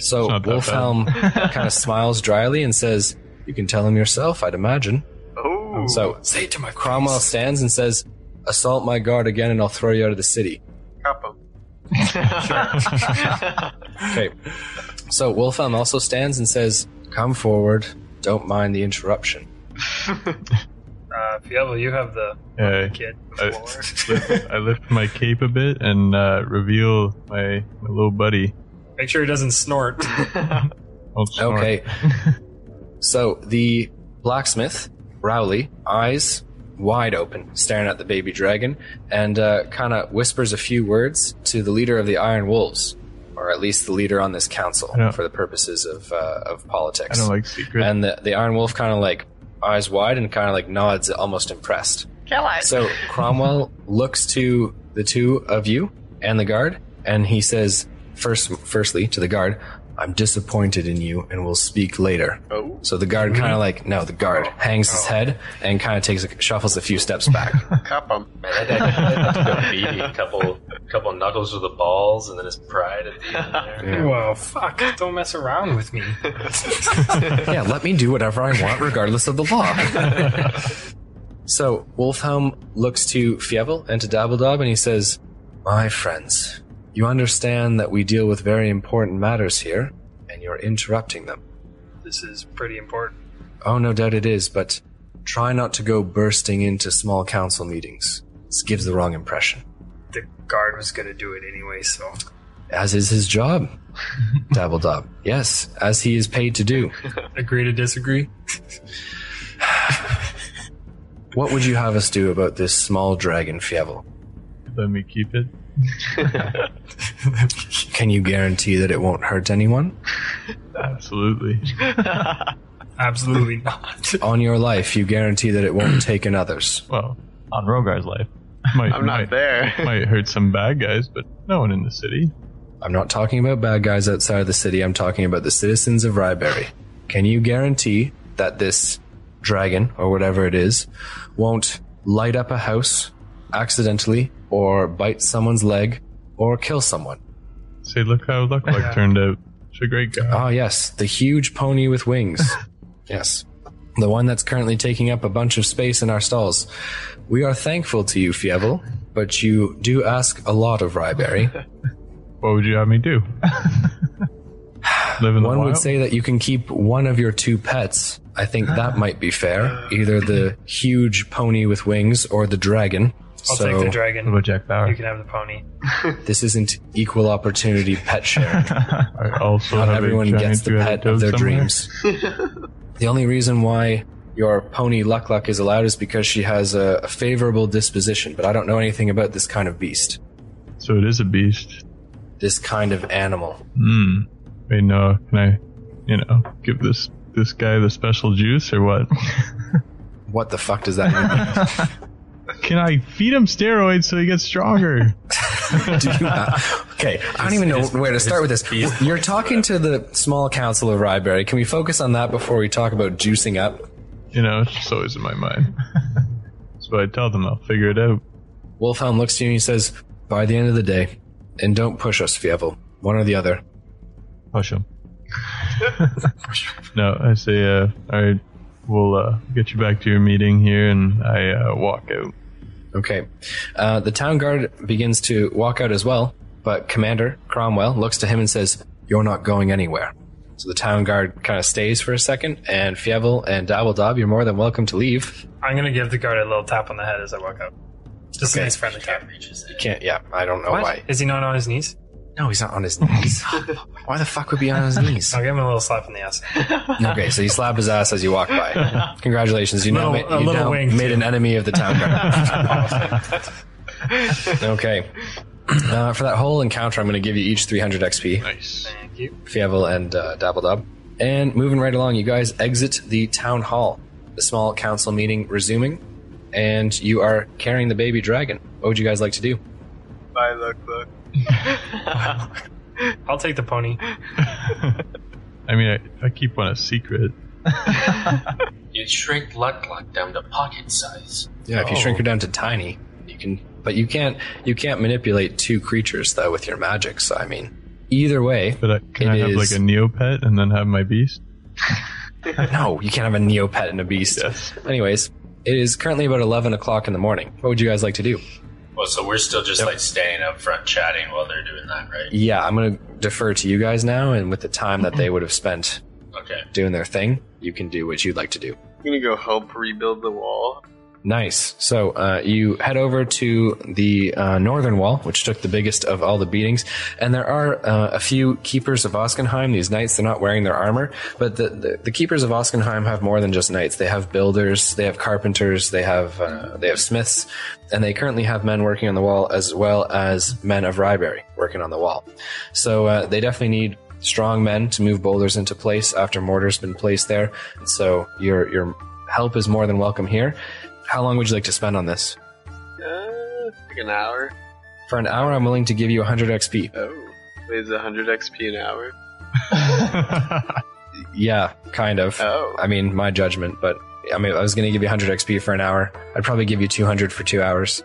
Speaker 4: So
Speaker 9: not that bad.
Speaker 4: Wolfhelm kind of smiles dryly and says, "You can tell him yourself, I'd imagine."
Speaker 8: Oh,
Speaker 4: So say to my Cromwell stands and says, "Assault my guard again, and I'll throw you out of the city."
Speaker 8: cup 'em.
Speaker 4: Okay. So Wolfhelm also stands and says, "Come forward. Don't mind the interruption."
Speaker 5: Uh, Fievel, you have the
Speaker 7: Yeah,
Speaker 5: kid
Speaker 6: Uh,
Speaker 7: I,
Speaker 5: before.
Speaker 7: lift, I lift my cape a bit and uh, reveal my, my little buddy.
Speaker 5: Make sure he doesn't snort.
Speaker 7: Don't snort.
Speaker 4: Okay. so the blacksmith, Rowley, eyes wide open, staring at the baby dragon, and uh, kind of whispers a few words to the leader of the Iron Wolves, or at least the leader on this council
Speaker 7: I don't-
Speaker 4: for the purposes of uh, of
Speaker 7: I
Speaker 4: politics.
Speaker 7: don't like secrets.
Speaker 4: and the, the Iron Wolf kind of like eyes wide and kind of like nods, almost impressed. So Cromwell looks to the two of you and the guard, and he says, first, firstly to the guard, "I'm disappointed in you, and we'll speak later."
Speaker 8: Oh.
Speaker 4: So the guard kind of like no, the guard hangs his head and kind of takes a, shuffles a few steps back.
Speaker 8: Cup 'em.
Speaker 6: Man, that guy took a beating, couple couple knuckles with the balls, and then his pride at the end there.
Speaker 5: Well, fuck. Don't mess around with me.
Speaker 4: yeah, let me do whatever I want, regardless of the law. so Wolfhelm looks to Fievel and to Dabbledob, and he says, "My friends, you understand that we deal with very important matters here, and you're interrupting them.
Speaker 5: This is pretty important.
Speaker 4: Oh, no doubt it is, but try not to go bursting into small council meetings. This gives the wrong impression."
Speaker 5: The guard was gonna do it anyway, so.
Speaker 4: As is his job, Dabbledob. Yes, as he is paid to do.
Speaker 5: Agree to disagree?
Speaker 4: What would you have us do about this small dragon, Fievel?
Speaker 7: Let me keep it.
Speaker 4: Can you guarantee that it won't hurt anyone?
Speaker 7: Absolutely.
Speaker 5: Absolutely not.
Speaker 4: On your life, you guarantee that it won't take in others.
Speaker 7: Well,
Speaker 9: On Rogar's life.
Speaker 7: might,
Speaker 8: I'm not
Speaker 7: might,
Speaker 8: there.
Speaker 7: might hurt some bad guys, but no one in the city.
Speaker 4: I'm not talking about bad guys outside of the city, I'm talking about the citizens of Ryberry. Can you guarantee that this dragon, or whatever it is, won't light up a house accidentally, or bite someone's leg, or kill someone?
Speaker 7: Say, look how Luckluck turned out. It's a great guy.
Speaker 4: Ah, yes, the huge pony with wings. yes. The one that's currently taking up a bunch of space in our stalls. We are thankful to you, Fievel, but you do ask a lot of Ryberry.
Speaker 7: What would you have me do? Live in the
Speaker 4: One
Speaker 7: wild?
Speaker 4: would say that you can keep one of your two pets I think that might be fair. Either the huge pony with wings or the dragon.
Speaker 5: I'll
Speaker 4: so
Speaker 5: take the
Speaker 9: What about
Speaker 5: dragon.
Speaker 9: Jack
Speaker 5: You
Speaker 9: Bauer?
Speaker 5: can have the pony.
Speaker 4: this isn't equal opportunity pet sharing.
Speaker 9: I
Speaker 7: also
Speaker 4: Not
Speaker 7: have a
Speaker 4: everyone
Speaker 7: giant
Speaker 4: gets the
Speaker 7: two-headed
Speaker 4: pet
Speaker 7: dog
Speaker 4: of their
Speaker 7: somewhere.
Speaker 4: dreams. the only reason why your pony Luck Luck is allowed is because she has a, a favorable disposition, but I don't know anything about this kind of beast,
Speaker 7: So it is a beast.
Speaker 4: this kind of animal.
Speaker 7: Hmm. Wait, no. Can I, you know, give this this guy the special juice or what?
Speaker 4: What the fuck does that
Speaker 7: can I feed him steroids so he gets stronger?
Speaker 4: mean? Do you, uh, okay, I don't even know where to start with this. You're talking to the small council of Ryberry. Can we focus on that before we talk about juicing up?
Speaker 7: you know, it's just always in my mind. so I tell them I'll figure it out.
Speaker 4: Wolfhelm looks to you and he says, By the end of the day, and don't push us, Fievel. One or the other.
Speaker 7: Push him. no, I say, uh, alright, we'll uh, get you back to your meeting here, and I uh, walk out.
Speaker 4: Okay. Uh, the town guard begins to walk out as well, but Commander Cromwell looks to him and says, You're not going anywhere. So the town guard kind of stays for a second, and Fievel and Dabbledob, you're more than welcome to leave.
Speaker 5: I'm gonna give the guard a little tap on the head as I walk up. Just a nice friendly tap.
Speaker 4: Can't, yeah, I don't know
Speaker 5: What?
Speaker 4: why.
Speaker 5: Is he not on his knees?
Speaker 4: No, he's not on his knees. why the fuck would he be on his knees?
Speaker 5: I'll give him a little slap in the ass.
Speaker 4: Okay, so you slap his ass as you walk by. Congratulations, you now,
Speaker 5: Little-
Speaker 4: ma-
Speaker 5: a
Speaker 4: you
Speaker 5: little
Speaker 4: now
Speaker 5: wink,
Speaker 4: made
Speaker 5: too.
Speaker 4: an enemy of the town guard. okay. Uh, for that whole encounter, I'm going to give you each 300 XP.
Speaker 7: Nice.
Speaker 5: Thank you.
Speaker 4: Fievel and uh, Dabbledob. And moving right along, you guys exit the town hall, the small council meeting resuming, and you are carrying the baby dragon. What would you guys like to do?
Speaker 8: Bye, look, look.
Speaker 5: I'll take the pony.
Speaker 7: I mean, I, I keep one a secret.
Speaker 6: You shrink Luck Luck down to pocket size.
Speaker 4: Yeah, if you shrink her down to tiny, you can, but you can't, you can't manipulate two creatures though with your magic. So I mean, either way,
Speaker 7: But I, can
Speaker 4: It
Speaker 7: I have
Speaker 4: is-
Speaker 7: like a Neopet and then have my beast?
Speaker 4: no, you can't have a neopet and a beast.
Speaker 7: Yes.
Speaker 4: Anyways, it is currently about eleven o'clock in the morning. What would you guys like to do?
Speaker 6: Well, so we're still just like staying up front chatting while they're doing that, right?
Speaker 4: Yeah, I'm gonna defer to you guys now, and with the time that they would have spent
Speaker 6: Okay.
Speaker 4: doing their thing, you can do what you'd like to do.
Speaker 8: I'm gonna go help rebuild the wall.
Speaker 4: Nice. So uh, you head over to the uh, northern wall, which took the biggest of all the beatings, and there are uh, a few keepers of Oskenheim. These knights, they're not wearing their armor, but the, the, the keepers of Oskenheim have more than just knights. They have builders, they have carpenters, they have uh, they have smiths, and they currently have men working on the wall as well as men of Ryberry working on the wall. So uh, they definitely need strong men to move boulders into place after mortar's been placed there. So your your help is more than welcome here. How long would you like to spend on this?
Speaker 8: Uh, like an hour.
Speaker 4: For an hour, I'm willing to give you 100 XP.
Speaker 8: Oh, wait, is it 100 XP an hour?
Speaker 4: Yeah, kind of.
Speaker 8: Oh,
Speaker 4: I mean, my judgment, but I mean, I was going to give you 100 XP for an hour. I'd probably give you 200 for two hours.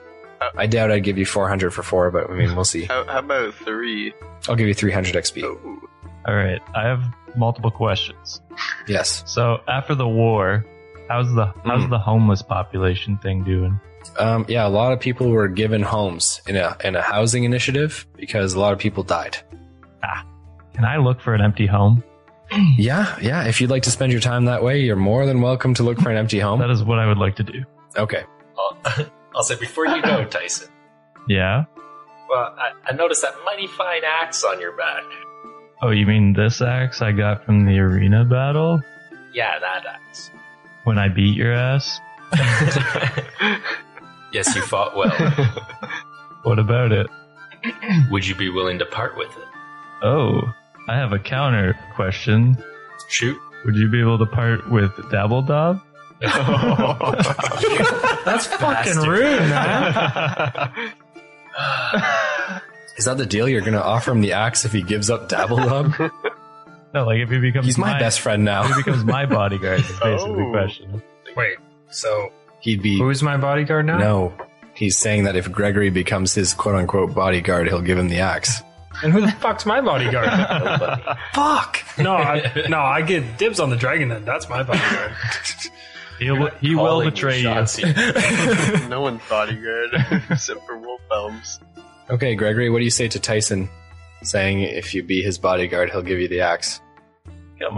Speaker 4: I doubt I'd give you 400 for four, but I mean, we'll see.
Speaker 8: how, how about three?
Speaker 4: I'll give you 300 XP.
Speaker 8: Oh,
Speaker 9: All right, I have multiple questions.
Speaker 4: Yes.
Speaker 9: So after the war, how's the how's
Speaker 4: Mm.
Speaker 9: the homeless population thing doing?
Speaker 4: Um, yeah, a lot of people were given homes in a, in a housing initiative because a lot of people died.
Speaker 9: Can I look for an empty home?
Speaker 4: Yeah, yeah. If you'd like to spend your time that way, you're more than welcome to look for an empty
Speaker 9: That
Speaker 4: home.
Speaker 9: is what I would like to do.
Speaker 4: Okay.
Speaker 6: I'll, I'll say before you go, Tyson.
Speaker 9: Yeah.
Speaker 6: Well, I, I noticed that mighty fine axe on your back.
Speaker 9: Oh, you mean this axe I got from the arena battle
Speaker 6: Yeah, that axe.
Speaker 9: when I beat your ass?
Speaker 6: yes, you fought well.
Speaker 9: What about it?
Speaker 6: Would you be willing to part with it?
Speaker 9: Oh, I have a counter question.
Speaker 6: Shoot.
Speaker 9: Would you be able to part with Dabble Dob?
Speaker 4: That's fucking
Speaker 9: rude, man.
Speaker 4: Is that the deal? You're going to offer him the axe if he gives up Dabbledub?
Speaker 9: no, like if he becomes
Speaker 4: He's my best friend
Speaker 9: if
Speaker 4: now.
Speaker 9: he becomes my bodyguard. Is basically the
Speaker 8: Oh.
Speaker 9: question.
Speaker 5: Wait, so
Speaker 4: He'd be.
Speaker 5: who's my bodyguard now?
Speaker 4: No. He's saying that if Gregory becomes his quote unquote bodyguard, he'll give him the axe.
Speaker 5: And who the fuck's my bodyguard?
Speaker 4: Fuck!
Speaker 5: no, I, no, I get dibs on the dragon then. That's my bodyguard.
Speaker 9: He'll, he will betray you.
Speaker 8: no one's bodyguard except for Wolf Elms.
Speaker 4: Okay, Gregory, what do you say to Tyson saying if you be his bodyguard, he'll give you the axe?
Speaker 7: Come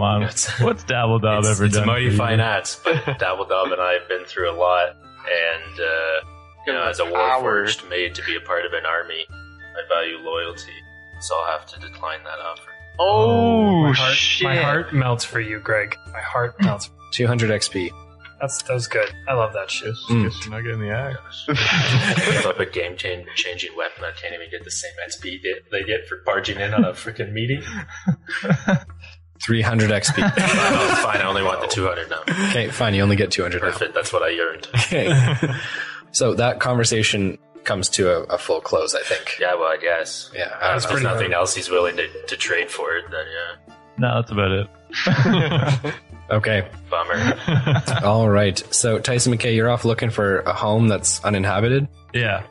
Speaker 7: on.
Speaker 6: It's-
Speaker 7: What's Dabbledob
Speaker 6: it's,
Speaker 7: ever
Speaker 6: it's
Speaker 7: done?
Speaker 6: a mighty
Speaker 7: for you?
Speaker 6: fine axe, but Dabbledob and I have been through a lot, and uh, you know, as a warforged made to be a part of an army, I value loyalty, so I'll have to decline that offer.
Speaker 5: Oh, my heart,
Speaker 9: shit.
Speaker 5: My heart melts for you, Greg. My heart melts.
Speaker 4: 200 XP.
Speaker 5: That's that was good. I love that shit.
Speaker 7: Just,
Speaker 4: Mm.
Speaker 7: just nugget in the axe.
Speaker 6: Give up a game chan- changing weapon, I can't even get the same XP that they get for barging in on a freaking meeting.
Speaker 4: 300 XP.
Speaker 6: No, it's fine, I only want the 200 now.
Speaker 4: okay, fine. You only get 200 now.
Speaker 6: Perfect, that's what I yearned.
Speaker 4: Okay. so that conversation comes to a, a full close, I think.
Speaker 6: Yeah, well, I guess.
Speaker 4: Yeah. I
Speaker 6: Uh,
Speaker 4: don't
Speaker 6: if
Speaker 4: know.
Speaker 6: there's nothing else he's willing to, to trade for it, then yeah.
Speaker 9: No, that's about it.
Speaker 4: uh, Okay.
Speaker 6: Bummer.
Speaker 4: All right. So Tyson McKay, you're off looking for a home that's uninhabited.
Speaker 9: Yeah.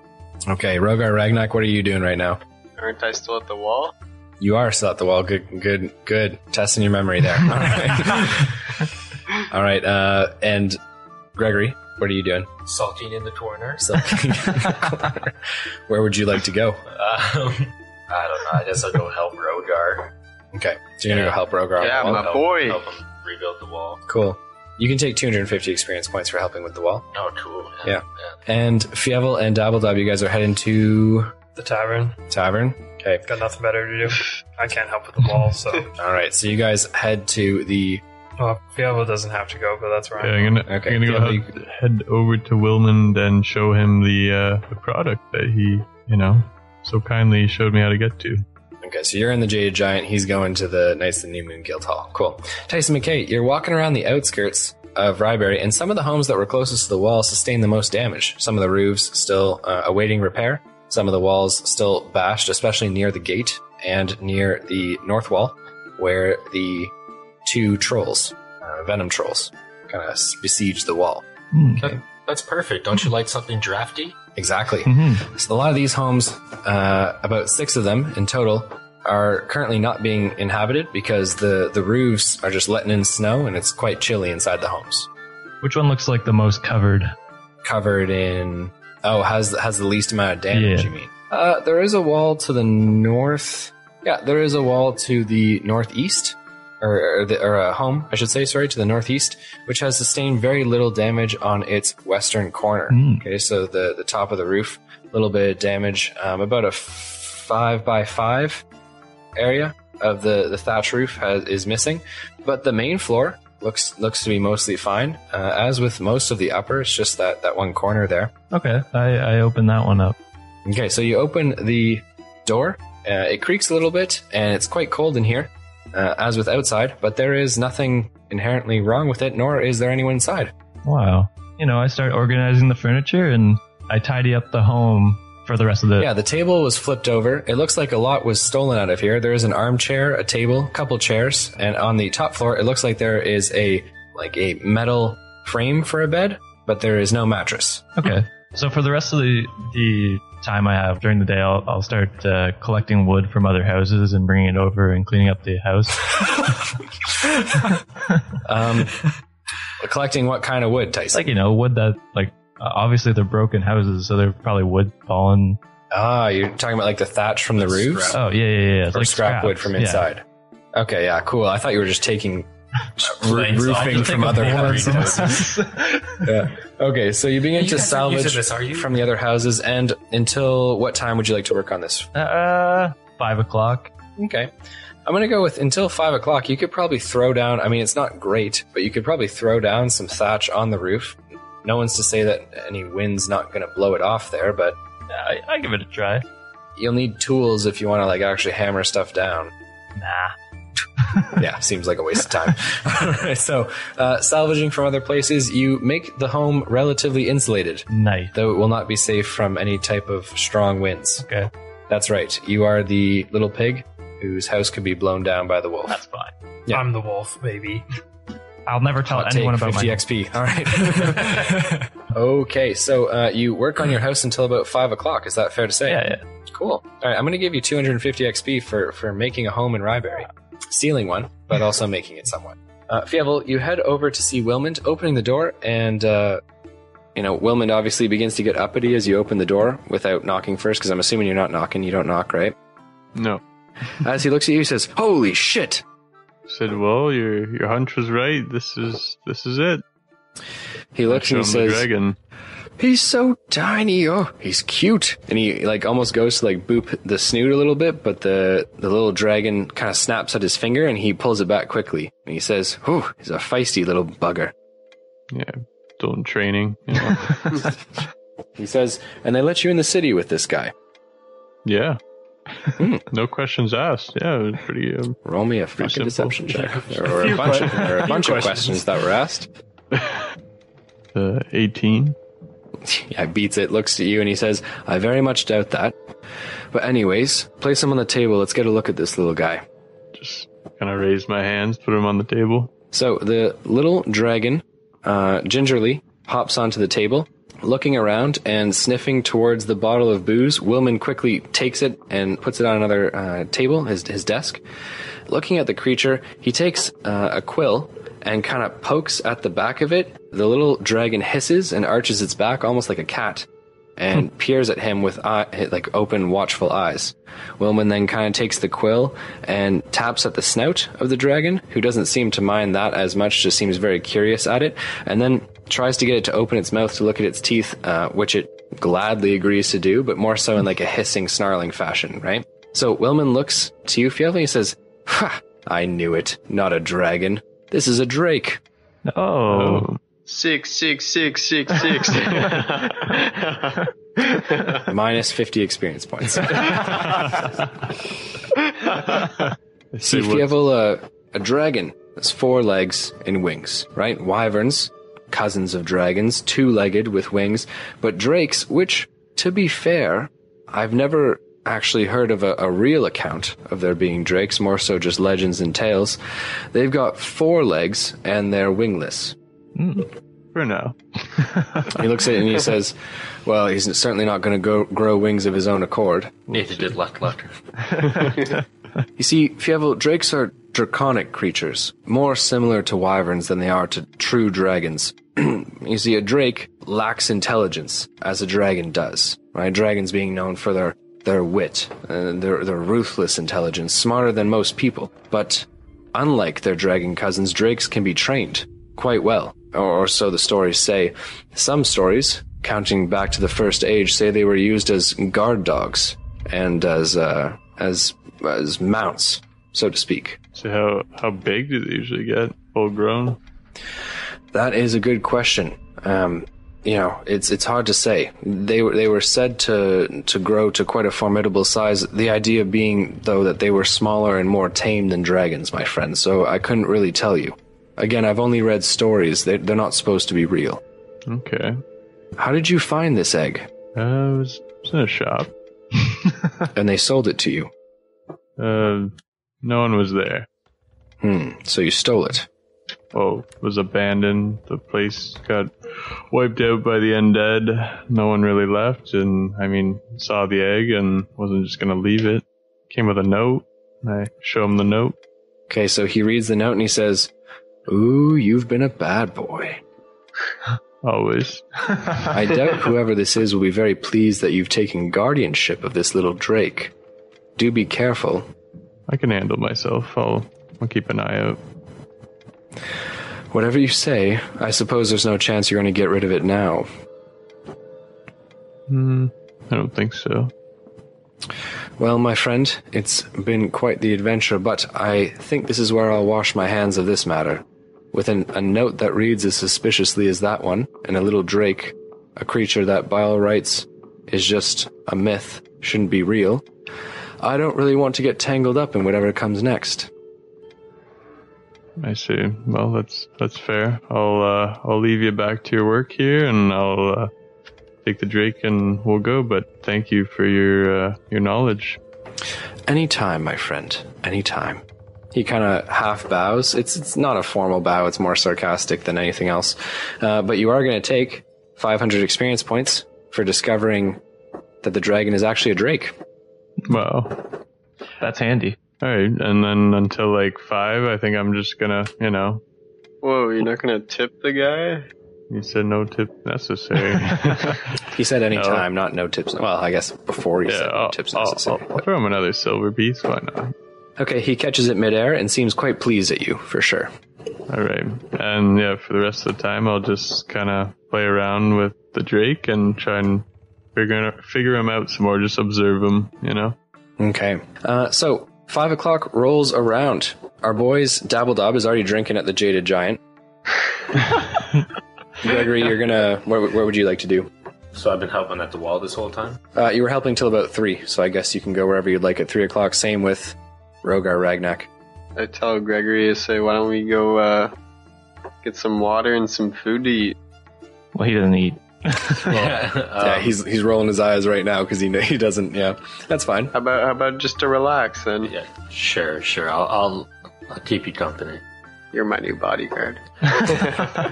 Speaker 4: Okay. Rogar Ragnak, what are you doing right now?
Speaker 8: Aren't I still at the wall?
Speaker 4: You are still at the wall. Good, good, good. Testing your memory there. All right. All right. Uh, and Gregory, what are you doing?
Speaker 6: Sulking in the corner.
Speaker 4: So, where would you like to go?
Speaker 6: Um, I don't know. I guess I'll go help Rogar.
Speaker 4: Okay. So you're going to go help Rogar.
Speaker 8: Yeah,
Speaker 4: on the wall?
Speaker 8: my
Speaker 6: help,
Speaker 8: boy.
Speaker 6: Help him rebuild the wall.
Speaker 4: Cool. You can take 250 experience points for helping with the wall.
Speaker 6: Oh, cool.
Speaker 4: Yeah. And Fievel and Dabbledob, you guys are heading to
Speaker 5: The tavern
Speaker 4: tavern. Okay.
Speaker 5: got nothing better to do. I can't help with the ball, so
Speaker 4: All right. So you guys head to the.
Speaker 5: well, Fievel doesn't have to go, but that's
Speaker 7: Yeah,
Speaker 5: right.
Speaker 7: I'm gonna,
Speaker 4: Okay,
Speaker 7: I'm gonna go
Speaker 4: yeah,
Speaker 7: head, head over to Wilmond and show him the uh, the product that he, you know, so kindly showed me how to get to.
Speaker 4: Okay. So you're in the Jade Giant. He's going to the Knights of the New Moon Guild Hall. Cool. Tyson McKay, you're walking around the outskirts of Ryberry, and some of the homes that were closest to the wall sustained the most damage. Some of the roofs still uh, awaiting repair. Some of the walls still bashed, especially near the gate and near the north wall, where the two trolls, uh, venom trolls, kind of besieged the wall.
Speaker 6: That's perfect. Don't you like something drafty?
Speaker 4: Exactly.
Speaker 9: Mm-hmm.
Speaker 4: So a lot of these homes, uh, about six of them in total, are currently not being inhabited because the, the roofs are just letting in snow and it's quite chilly inside the homes.
Speaker 9: Which one looks like the most covered?
Speaker 4: Covered in oh has has the least amount of damage.
Speaker 9: Yeah.
Speaker 4: You mean? Uh, there is a wall to the north. Yeah, there is a wall to the northeast, or or, the, or a home, I should say. Sorry, to the northeast, which has sustained very little damage on its western corner.
Speaker 7: Hmm.
Speaker 9: Mm.
Speaker 4: Okay, so the the top of the roof, a little bit of damage, um, about a f- five by five area of the the thatch roof has, is missing, but the main floor looks looks to be mostly fine. Uh, as with most of the upper, it's just that that one corner there.
Speaker 9: Okay, I, I opened that one up.
Speaker 4: Okay, so you open the door. Uh, it creaks a little bit, and it's quite cold in here, uh, as with outside. But there is nothing inherently wrong with it, nor is there anyone inside.
Speaker 9: Wow. You know, I start organizing the furniture and I tidy up the home for the rest of the.
Speaker 4: Yeah, the table was flipped over. It looks like a lot was stolen out of here. There is an armchair, a table, couple chairs, and on the top floor, it looks like there is a like a metal frame for a bed, but there is no mattress.
Speaker 9: Okay. So for the rest of the the time I have during the day, I'll, I'll start uh, collecting wood from other houses and bringing it over and cleaning up the house.
Speaker 4: Um, collecting what kind of wood,
Speaker 9: It's
Speaker 4: Tyson?
Speaker 9: like you know wood that like uh, obviously they're broken houses, so they're probably wood fallen.
Speaker 4: ah, you're talking about like the thatch from the roofs.
Speaker 9: Oh yeah, yeah, yeah. It's
Speaker 4: or
Speaker 9: like
Speaker 4: scrap
Speaker 9: scraps.
Speaker 4: wood from
Speaker 9: Yeah.
Speaker 4: inside. Okay, yeah, cool. I thought you were just taking r-
Speaker 6: Plain saw.
Speaker 4: roofing from other houses. yeah. Okay, so you begin to salvage
Speaker 6: this, are you?
Speaker 4: from the other houses, and until what time would you like to work on this?
Speaker 9: Uh, five o'clock.
Speaker 4: Okay, I'm gonna go with until five o'clock. You could probably throw down. I mean, it's not great, but you could probably throw down some thatch on the roof. No one's to say that any wind's not gonna blow it off there, but
Speaker 9: I, I give it a try.
Speaker 4: you'll need tools if you want to like actually hammer stuff down.
Speaker 9: Nah.
Speaker 4: yeah, seems like a waste of time. All right, so uh, salvaging from other places, you make the home relatively insulated,
Speaker 9: Nice.
Speaker 4: though it will not be safe from any type of strong winds.
Speaker 9: Okay.
Speaker 4: That's right. You are the little pig whose house could be blown down by the wolf.
Speaker 9: That's fine.
Speaker 4: Yeah.
Speaker 5: I'm the wolf, baby.
Speaker 9: I'll never tell
Speaker 4: Hot
Speaker 9: anyone
Speaker 4: take,
Speaker 9: about
Speaker 4: 50
Speaker 9: my.
Speaker 4: XP. All right. okay, so uh, you work on your house until about five o'clock. Is that fair to say?
Speaker 9: Yeah, yeah.
Speaker 4: Cool. All right, I'm going to give you 250 XP for for making a home in Ryberry, stealing one, but also making it somewhat. Uh, Fievel, you head over to see Wilmond opening the door, and uh, you know Wilmond obviously begins to get uppity as you open the door without knocking first, because I'm assuming you're not knocking. You don't knock, right?
Speaker 7: No.
Speaker 4: As he looks at you, he says, "Holy shit!"
Speaker 7: Said, "Well, your your hunch was right. This is this is it."
Speaker 4: He looks
Speaker 7: Show
Speaker 4: and
Speaker 7: him
Speaker 4: he
Speaker 7: the
Speaker 4: says,
Speaker 7: dragon.
Speaker 4: He's so tiny. Oh, he's cute. And he like almost goes to like boop the snoot a little bit, but the the little dragon kind of snaps at his finger and he pulls it back quickly. And he says, "Oh, he's a feisty little bugger."
Speaker 7: Yeah, doing training. You know?
Speaker 4: He says, "And they let you in the city with this guy.
Speaker 7: yeah. no questions asked. Yeah, it was pretty. Um,
Speaker 4: Roll me a freaking
Speaker 7: simple.
Speaker 4: deception check, or a bunch of, or a bunch of questions that were asked."
Speaker 7: uh, 18.
Speaker 4: Yeah, beats it, looks at you, and he says, I very much doubt that. But, anyways, place him on the table. Let's get a look at this little guy.
Speaker 7: Just kind of raised my hands, put them on the table.
Speaker 4: So, the little dragon uh, gingerly hops onto the table, looking around and sniffing towards the bottle of booze. Wilman quickly takes it and puts it on another uh, table, his, his desk. Looking at the creature, he takes uh, a quill and kind of pokes at the back of it. The little dragon hisses and arches its back almost like a cat. and peers at him with eye, like open, watchful eyes. Wilman then kind of takes the quill and taps at the snout of the dragon, who doesn't seem to mind that as much, just seems very curious at it, and then tries to get it to open its mouth to look at its teeth, uh, which it gladly agrees to do, but more so in like a hissing, snarling fashion, right? So Wilman looks to you, Fievel, and he says, Ha! I knew it. Not a dragon. This is a drake.
Speaker 9: Oh,
Speaker 8: Six, six, six, six, six.
Speaker 4: Minus 50 experience points. See if you have a, a dragon that's four legs and wings, right? Wyverns, cousins of dragons, two legged with wings, but drakes, which, to be fair, I've never actually heard of a, a real account of there being drakes, more so just legends and tales. They've got four legs and they're wingless.
Speaker 7: For now.
Speaker 4: He looks at it and he says, Well, he's certainly not going to grow wings of his own accord.
Speaker 6: Neither did Luck Luck.
Speaker 4: You see, Fievel, drakes are draconic creatures, more similar to wyverns than they are to true dragons. you see, a drake lacks intelligence, as a dragon does, right? Dragons being known for their, their wit, uh, their, their ruthless intelligence, smarter than most people. But unlike their dragon cousins, drakes can be trained quite well, or, or so the stories say. Some stories, counting back to the first age, say they were used as guard dogs and as uh, as as mounts, so to speak.
Speaker 7: So, how, how big do they usually get? Full grown?
Speaker 4: That is a good question. Um, you know, it's it's hard to say. They were they were said to to grow to quite a formidable size. The idea being, though, that they were smaller and more tame than dragons, my friend. So I couldn't really tell you. Again, I've only read stories. They're, they're not supposed to be real.
Speaker 7: Okay.
Speaker 4: How did you find this egg?
Speaker 7: Uh, I was, was in a shop.
Speaker 4: And they sold it to you.
Speaker 7: Uh, no one was there.
Speaker 4: Hmm. So you stole it.
Speaker 7: Oh, it was abandoned. The place got wiped out by the undead. No one really left, and I mean, saw the egg and wasn't just gonna leave it. Came with a note. and I show him the note.
Speaker 4: Okay, so he reads the note and he says, "Ooh, you've been a bad boy."
Speaker 7: Always.
Speaker 4: I doubt whoever this is will be very pleased that you've taken guardianship of this little Drake. Do be careful.
Speaker 7: I can handle myself. I'll, I'll keep an eye out.
Speaker 4: Whatever you say, I suppose there's no chance you're going to get rid of it now.
Speaker 7: I don't think so.
Speaker 4: Well, my friend, it's been quite the adventure, but I think this is where I'll wash my hands of this matter. With an, a note that reads as suspiciously as that one, and a little drake, a creature that by all rights is just a myth, shouldn't be real, I don't really want to get tangled up in whatever comes next.
Speaker 7: I see. Well, that's that's fair. I'll uh, I'll leave you back to your work here, and I'll uh, take the Drake, and we'll go. But thank you for your uh, your knowledge.
Speaker 4: Anytime, my friend. Anytime. He kind of half bows. It's it's not a formal bow. It's more sarcastic than anything else. Uh, but you are going to take 500 experience points for discovering that the dragon is actually a drake.
Speaker 7: Wow.
Speaker 9: that's handy.
Speaker 7: All right, and then until like five, I think I'm just gonna, you know,
Speaker 8: Whoa, you're not gonna tip the guy?
Speaker 7: you said no tip necessary.
Speaker 4: He said anytime, not no tips. Well, I guess before he
Speaker 7: yeah,
Speaker 4: said no
Speaker 8: oh,
Speaker 7: I'll,
Speaker 4: tips
Speaker 7: I'll-
Speaker 4: necessary.
Speaker 7: I'll- I'll throw him another silver piece. Why not?
Speaker 4: Okay, he catches it midair and seems quite pleased at you, for sure.
Speaker 7: All right. And yeah, for the rest of the time, I'll just kind of play around with the Drake and try and figure figure him out some more. Just observe him, you know.
Speaker 4: Okay. Uh, so five o'clock rolls around. Our boys Dabble Dob is already drinking at the Jaded Giant. Gregory, you're gonna. What, what would you like to do?
Speaker 6: So I've been helping at the wall this whole time.
Speaker 4: Uh, you were helping till about three, so I guess you can go wherever you'd like at three o'clock. Same with Rogar Ragnak.
Speaker 8: I tell Gregory to say, why don't we go uh, get some water and some food to eat?
Speaker 9: Well, he doesn't eat.
Speaker 6: Um,
Speaker 4: yeah, he's he's rolling his eyes right now because he kn- he doesn't. Yeah, that's fine.
Speaker 8: How about how about just to relax then?
Speaker 6: Yeah, sure, sure. I'll, I'll, I'll keep you company.
Speaker 8: You're my new bodyguard.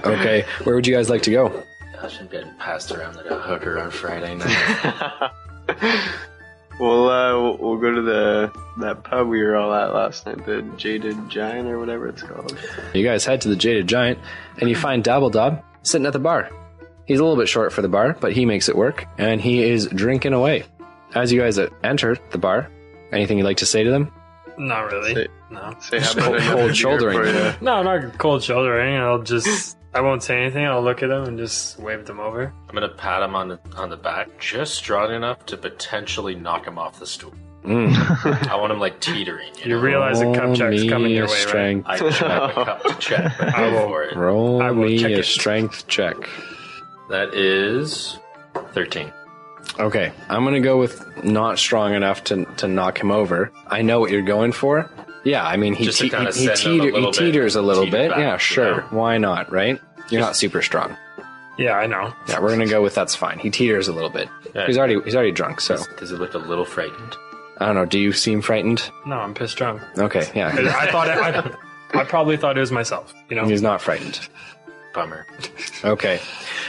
Speaker 4: Okay, where would you guys like to go?
Speaker 6: Gosh, I'm getting passed around like a hooker on Friday night.
Speaker 8: We'll uh, we'll- we'll go to the that pub we were all at last night, the Jaded Giant or whatever it's called.
Speaker 4: You guys head to the Jaded Giant, and you find Dabbledob sitting at the bar. He's a little bit short for the bar, but he makes it work, and he is drinking away. As you guys uh, enter the bar, anything you'd like to say to them?
Speaker 5: Not really.
Speaker 8: Say-
Speaker 5: No.
Speaker 8: Say how
Speaker 4: Cold-
Speaker 8: about another
Speaker 4: cold
Speaker 8: beer
Speaker 4: shouldering.
Speaker 8: for ya?
Speaker 5: No, not cold shouldering. I'll just. I won't say anything. I'll look at him and just wave them over.
Speaker 6: I'm gonna pat him on the on the back, just strong enough to potentially knock him off the stool.
Speaker 4: Mm.
Speaker 6: I want him like teetering. You
Speaker 5: You
Speaker 6: know?
Speaker 5: realize a cup
Speaker 4: Roll
Speaker 5: check's
Speaker 4: me
Speaker 5: coming your
Speaker 4: a
Speaker 5: way,
Speaker 4: strength.
Speaker 6: I just have a cup to check. but
Speaker 5: I
Speaker 6: go
Speaker 5: will-
Speaker 6: for it.
Speaker 4: Roll
Speaker 5: I will
Speaker 4: me
Speaker 5: check
Speaker 4: a
Speaker 5: it.
Speaker 4: strength check.
Speaker 6: That is thirteen.
Speaker 4: Okay, I'm gonna go with not strong enough to, to knock him over. I know what you're going for. Yeah, I mean he,
Speaker 6: Just to
Speaker 4: te- he,
Speaker 6: kinda
Speaker 4: he
Speaker 6: send him a
Speaker 4: teeter- he
Speaker 6: little bit,
Speaker 4: teeters a little
Speaker 6: teeter
Speaker 4: bit.
Speaker 6: back,
Speaker 4: Yeah,
Speaker 6: you
Speaker 4: sure.
Speaker 6: know?
Speaker 4: Why not? Right? You're not super strong.
Speaker 5: right? Yeah, I know.
Speaker 4: Yeah, we're gonna go with that's fine. He teeters a little bit.
Speaker 6: Yeah.
Speaker 4: He's already he's already drunk, so
Speaker 6: Does it look a little frightened?
Speaker 4: I don't know. Do you seem frightened?
Speaker 5: No, I'm pissed drunk.
Speaker 4: Okay, yeah.
Speaker 5: I thought it, I, I probably thought it was myself. You know,
Speaker 4: He's not frightened.
Speaker 6: Bummer.
Speaker 4: Okay.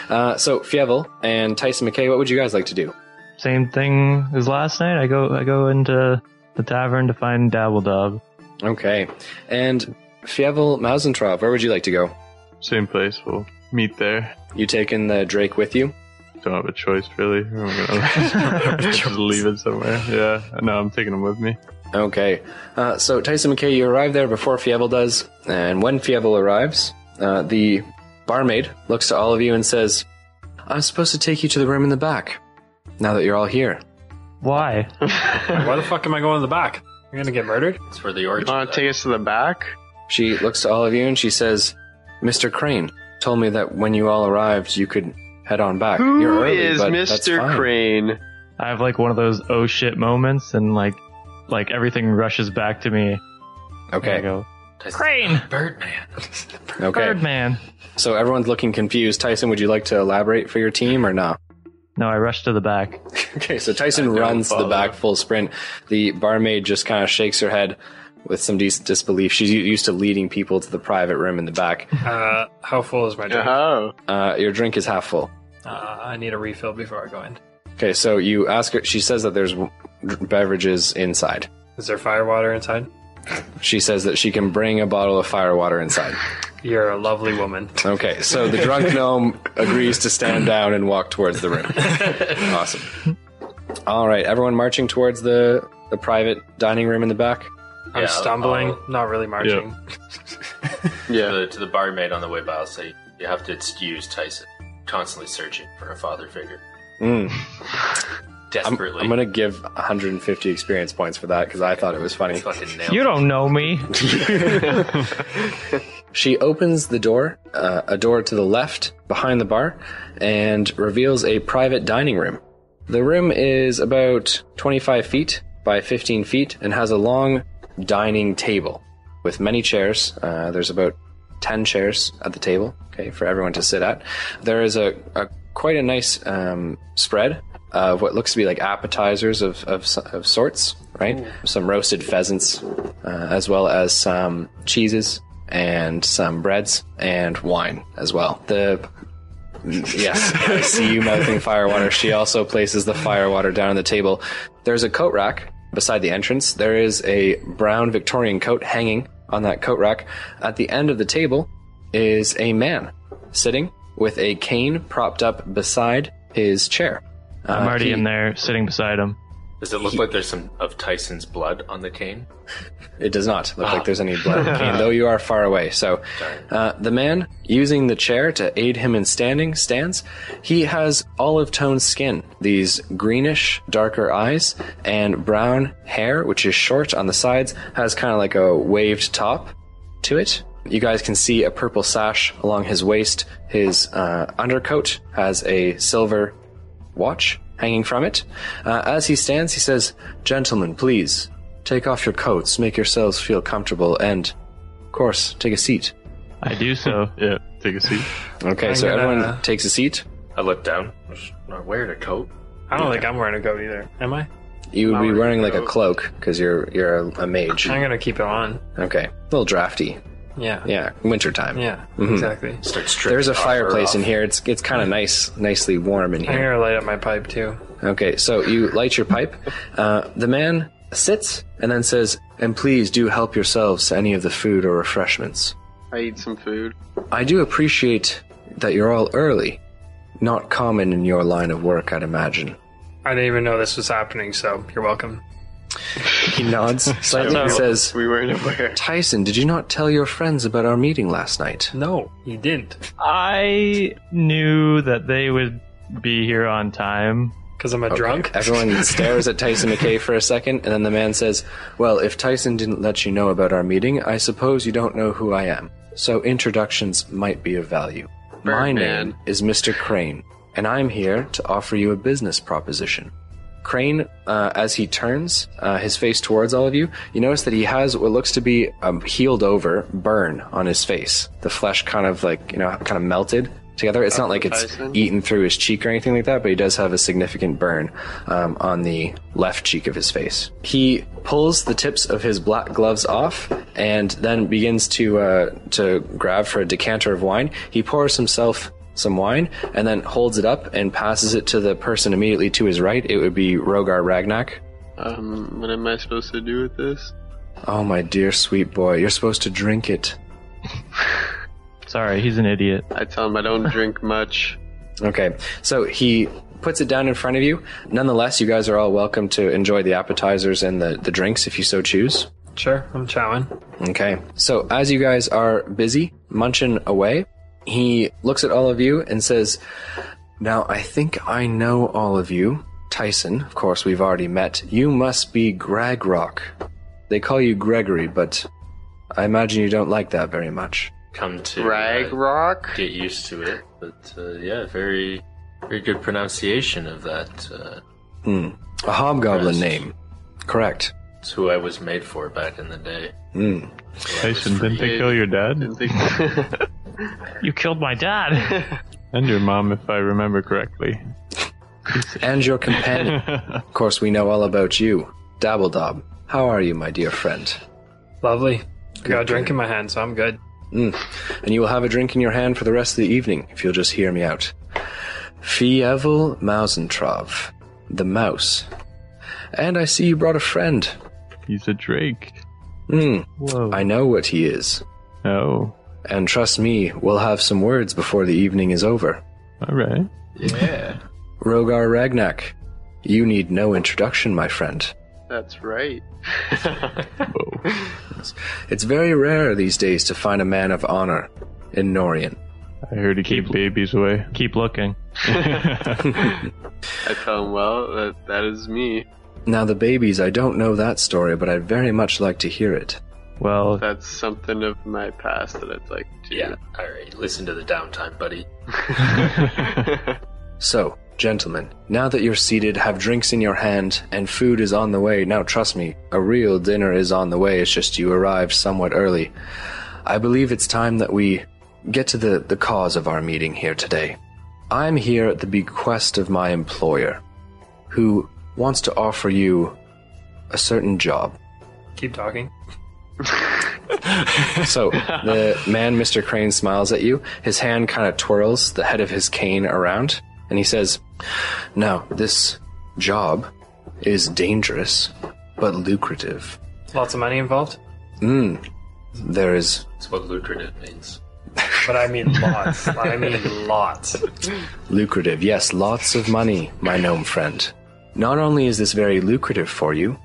Speaker 4: Uh, so Fievel and Tyson McKay, what would you guys like to do?
Speaker 9: Same thing as last night. I go I go into the tavern to find Dabbledob.
Speaker 4: Okay. And Fievel Mausentrov, where would you like to go?
Speaker 7: Same place. We'll meet there.
Speaker 4: You taking the Drake with you?
Speaker 7: Don't have a choice really. I'm gonna just leave it somewhere. Yeah. No, I'm taking him with me.
Speaker 4: Okay. Uh, so Tyson McKay, you arrive there before Fievel does, and when Fievel arrives, uh, the barmaid looks to all of you and says, "I'm supposed to take you to the room in the back. Now that you're all here."
Speaker 9: Why?
Speaker 5: why the fuck am I going to the back? I'm gonna get murdered.
Speaker 6: It's for the
Speaker 8: You
Speaker 6: origin.
Speaker 8: want to take us to the back?
Speaker 4: She looks to all of you and she says, Mr. Crane told me that when you all arrived, you could head on back. You're
Speaker 8: Who
Speaker 4: early,
Speaker 8: is
Speaker 4: but that's
Speaker 8: Mr.
Speaker 4: fine."
Speaker 8: Crane?
Speaker 9: I have like one of those oh shit moments, and like like everything rushes back to me. I
Speaker 4: Okay.
Speaker 9: go Crane,
Speaker 6: Birdman.
Speaker 4: Okay.
Speaker 9: Birdman.
Speaker 4: So everyone's looking confused. Tyson, would you like to elaborate for your team or not?
Speaker 9: No, I rush to the back.
Speaker 4: Okay, so Tyson runs to the back full sprint. The barmaid just kind of shakes her head with some dis- disbelief. She's u- used to leading people to the private room in the back.
Speaker 5: Uh, how full is my drink?
Speaker 8: Oh,
Speaker 4: Uh, your drink is half full.
Speaker 5: Uh, I need a refill before I go in.
Speaker 4: Okay, so you ask her, she says that there's w- dr- beverages inside.
Speaker 5: Is there fire water inside?
Speaker 4: She says that she can bring a bottle of fire water inside.
Speaker 5: You're a lovely woman.
Speaker 4: Okay, so the drunk gnome agrees to stand down and walk towards the room. awesome. All right, everyone marching towards the the private dining room in the back.
Speaker 5: I'm
Speaker 6: Yeah,
Speaker 5: stumbling,
Speaker 6: I'll-
Speaker 5: not really marching.
Speaker 6: to,
Speaker 8: yeah.
Speaker 6: the, to the barmaid on the way by, I'll say you have to excuse Tyson, constantly searching for a father figure,
Speaker 4: Mm. I'm,
Speaker 6: desperately.
Speaker 4: I'm gonna give 150 experience points for that because I thought it was funny.
Speaker 6: fucking nailed
Speaker 9: You
Speaker 6: it.
Speaker 9: don't know me.
Speaker 4: She opens the door, uh, a door to the left behind the bar, and reveals a private dining room. The room is about 25 feet by 15 feet and has a long dining table with many chairs. Uh, there's about 10 chairs at the table, okay, for everyone to sit at. There is a, a quite a nice um, spread of what looks to be like appetizers of, of, s- of sorts, right? Some roasted pheasants, uh, as well as some cheeses and some breads and wine as well. The Yes, I see you mouthing firewater. She also places the firewater down on the table. There's a coat rack beside the entrance. There is a brown Victorian coat hanging on that coat rack. At the end of the table is a man sitting with a cane propped up beside his chair.
Speaker 9: I'm
Speaker 4: Uh,
Speaker 9: already
Speaker 4: he-
Speaker 9: in there, sitting beside him.
Speaker 6: Does it look like there's some of Tyson's blood on the cane?
Speaker 4: It does not look like there's any blood on the cane, though you are far away. So, uh, the man, using the chair to aid him in standing, stands. He has olive toned skin, these greenish, darker eyes, and brown hair, which is short on the sides, has kind of like a waved top to it. You guys can see a purple sash along his waist. His uh, undercoat has a silver watch hanging from it. Uh, as he stands, he says, Gentlemen, please, take off your coats, make yourselves feel comfortable, and, of course, take a seat.
Speaker 9: I do so.
Speaker 7: Yeah, take a seat.
Speaker 4: Okay, so
Speaker 5: gonna-
Speaker 4: everyone takes a seat.
Speaker 6: I look down. I'm just not wearing a coat.
Speaker 5: I don't think I'm wearing a coat either. Am I?
Speaker 4: You would be
Speaker 7: Mama
Speaker 4: wearing like a
Speaker 7: goat.
Speaker 4: cloak because you're you're a, a mage.
Speaker 5: I'm gonna keep it on.
Speaker 4: Okay, a little drafty.
Speaker 5: Yeah. Yeah.
Speaker 4: Yeah, wintertime.
Speaker 5: Exactly.
Speaker 6: Start stripping
Speaker 4: There's a
Speaker 6: the armor
Speaker 4: fireplace
Speaker 6: off.
Speaker 4: in here. It's it's kind of nice, nicely warm in
Speaker 5: I'm
Speaker 4: here.
Speaker 5: gonna light up my pipe too.
Speaker 4: Okay, so you light your pipe. Uh, the man sits and then says, "And please do help yourselves to any of the food or refreshments."
Speaker 8: I eat some food.
Speaker 4: I do appreciate that you're all early. Not common in your line of work, I'd imagine.
Speaker 5: I didn't even know this was happening, so you're welcome.
Speaker 4: He nods slightly and says,
Speaker 8: We weren't aware.
Speaker 4: "Tyson, did you not tell your friends about our meeting last night?"
Speaker 5: No, you didn't.
Speaker 9: I knew that they would be here on time.
Speaker 5: Because I'm a drunk?
Speaker 4: Everyone stares at Tyson McKay for a second, and then the man says, Well, if Tyson didn't let you know about our meeting, I suppose you don't know who I am. So introductions might be of value. My
Speaker 8: Birdman.
Speaker 4: name is Mr. Crane, and I'm here to offer you a business proposition. Crane, uh, as he turns uh, his face towards all of you, you notice that he has what looks to be a healed over burn on his face. The flesh kind of like, you know, kind of melted together. It's not like it's
Speaker 8: Tyson?
Speaker 4: eaten through his cheek or anything like that, but he does have a significant burn um, on the left cheek of his face. He pulls the tips of his black gloves off and then begins to uh, to grab for a decanter of wine. He pours himself some wine and then holds it up and passes it to the person immediately to his right. It would be Rogar Ragnak.
Speaker 8: Um, what am I supposed to do with this?
Speaker 4: Oh my dear sweet boy, you're supposed to drink it.
Speaker 9: Sorry, he's an idiot.
Speaker 8: I tell him I don't drink much.
Speaker 4: Okay, so he puts it down in front of you. Nonetheless, you guys are all welcome to enjoy the appetizers and the, the drinks if you so choose.
Speaker 5: Sure, I'm chowing.
Speaker 4: Okay. So as you guys are busy munching away, he looks at all of you and says, Now I think I know all of you. Tyson, of course, we've already met. You must be Gregrock. They call you Gregory, but I imagine you don't like that very much.
Speaker 6: Come to uh,
Speaker 8: Rag rock?
Speaker 6: get used to it. But uh, yeah, very, very good pronunciation of that. Uh,
Speaker 4: A hobgoblin
Speaker 6: Yes.
Speaker 4: name. Correct.
Speaker 6: it's who I was made for back in the day.
Speaker 4: Mm.
Speaker 7: Tyson, didn't they kill your dad?
Speaker 8: Didn't think-
Speaker 9: You killed my dad.
Speaker 7: And your mom, if I remember correctly.
Speaker 4: And your companion. of course, we know all about you. Dabbledob. How are you, my dear friend?
Speaker 5: Lovely. I got a drink in my hand, so I'm good.
Speaker 4: and you will have a drink in your hand for the rest of the evening if you'll just hear me out. Fievel Mausentrov, the mouse. And I see you brought a friend.
Speaker 7: He's a Drake.
Speaker 4: Hmm,
Speaker 7: Whoa.
Speaker 4: I know what he is.
Speaker 7: Oh,
Speaker 4: And trust me, we'll have some words before the evening is over.
Speaker 7: all right.
Speaker 4: Rogar Ragnak, you need no introduction, my friend.
Speaker 8: That's right.
Speaker 7: Whoa.
Speaker 4: It's very rare these days to find a man of honor in Norian.
Speaker 7: I heard he keep babies away.
Speaker 9: Keep looking.
Speaker 8: I tell him, well, that, that is me.
Speaker 4: Now, the babies, I don't know that story, but I'd very much like to hear it.
Speaker 9: Well,
Speaker 8: That's something of my past that I'd like to.
Speaker 6: Yeah. All right. Listen to the downtime, buddy.
Speaker 4: So, gentlemen, now that you're seated, have drinks in your hand, and food is on the way. Now, trust me, a real dinner is on the way. It's just you arrived somewhat early. I believe it's time that we get to the, the cause of our meeting here today. I'm here at the bequest of my employer, who wants to offer you a certain job.
Speaker 5: Keep talking.
Speaker 4: So the man, Mr. Crane, smiles at you. His hand kind of twirls the head of his cane around, and he says, Now, this job is dangerous, but lucrative.
Speaker 5: Lots of money involved?
Speaker 4: Mmm. There is.
Speaker 6: That's what lucrative means.
Speaker 5: But I mean lots. I mean lots.
Speaker 4: Lucrative, yes, lots of money, my gnome friend. Not only is this very lucrative for you,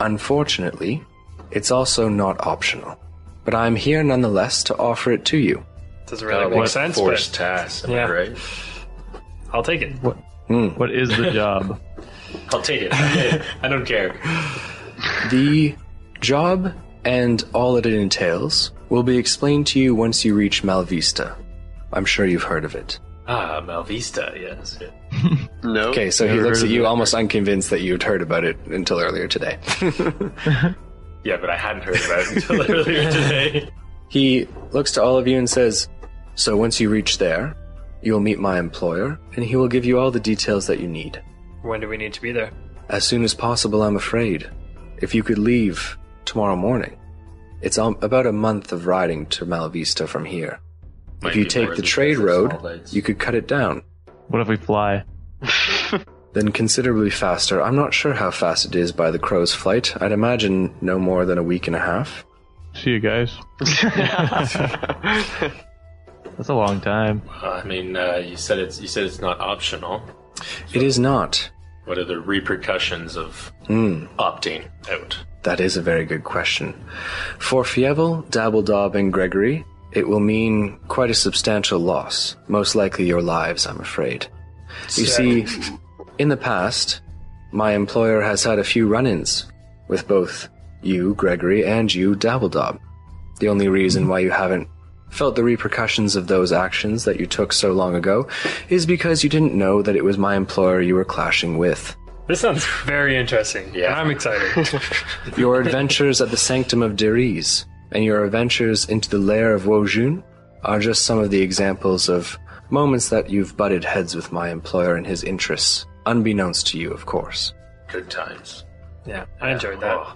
Speaker 4: unfortunately, it's also not optional. But I'm here nonetheless to offer it to you.
Speaker 5: Doesn't
Speaker 6: Kinda
Speaker 5: really
Speaker 6: like
Speaker 5: make sense.
Speaker 6: Forced
Speaker 5: But
Speaker 6: task, am I
Speaker 5: Yeah.
Speaker 6: right?
Speaker 5: I'll take it.
Speaker 9: What is the job?
Speaker 6: I'll take it. I don't care.
Speaker 4: The job and all that it entails will be explained to you once you reach Malvista. I'm sure you've heard of it.
Speaker 6: Ah, Malvista, yes.
Speaker 8: No.
Speaker 4: Okay, so he
Speaker 9: Never
Speaker 4: looks
Speaker 9: heard
Speaker 4: at
Speaker 9: of
Speaker 4: you
Speaker 9: it.
Speaker 4: almost unconvinced that you had heard about it until earlier today.
Speaker 6: Yeah, but I hadn't heard about it until earlier today.
Speaker 4: He looks to all of you and says, So once you reach there, you'll meet my employer, and he will give you all the details that you need.
Speaker 5: When do we need to be there?
Speaker 4: As soon as possible, I'm afraid. If you could leave tomorrow morning, it's um, about a month of riding to Malvista from here.
Speaker 6: Might
Speaker 4: if you
Speaker 6: be
Speaker 4: take
Speaker 6: more
Speaker 4: the
Speaker 6: than
Speaker 4: trade
Speaker 6: just a
Speaker 4: road,
Speaker 6: small place.
Speaker 4: you could cut it down,
Speaker 9: What if we fly?
Speaker 4: then considerably faster. I'm not sure how fast it is by the crow's flight. I'd imagine no more than a week and a half.
Speaker 7: See you guys.
Speaker 9: That's a long time.
Speaker 6: I mean, uh, you said it's you said it's not optional.
Speaker 4: It is not.
Speaker 6: What are the repercussions of
Speaker 4: Hmm.
Speaker 6: opting out?
Speaker 4: That is a very good question. For Fievel, Dabbledob, and Gregory, it will mean quite a substantial loss. Most likely your lives, I'm afraid. You see, in the past, my employer has had a few run ins with both you, Gregory, and you, Dabbledob. The only reason why you haven't felt the repercussions of those actions that you took so long ago is because you didn't know that it was my employer you were clashing with.
Speaker 5: This sounds very interesting. Yeah, I'm excited.
Speaker 4: Your adventures at the Sanctum of Deriz and your adventures into the lair of Wojun are just some of the examples of moments that you've butted heads with my employer and his interests, unbeknownst to you, of course.
Speaker 6: Good times.
Speaker 5: yeah, I enjoyed that.
Speaker 6: Oh,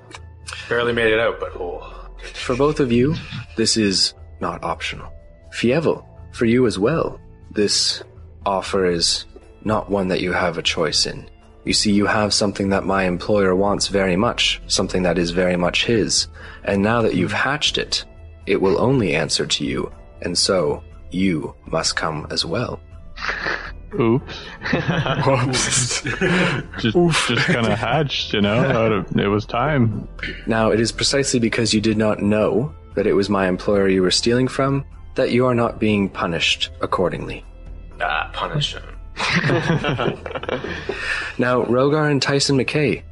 Speaker 6: barely made it out, but oh,
Speaker 4: For both of you, this is not optional. Fievel, for you as well, this offer is not one that you have a choice in. You see, you have something that my employer wants very much, something that is very much his, and now that you've hatched it, it will only answer to you, and so you must come as well.
Speaker 7: Oops. Oops. just just kind of hatched, you know. Out of, it was time.
Speaker 4: Now, it is precisely because you did not know that it was my employer you were stealing from that you are not being punished accordingly.
Speaker 6: ah, punish him.
Speaker 4: Now, Rogar and Tyson McKay,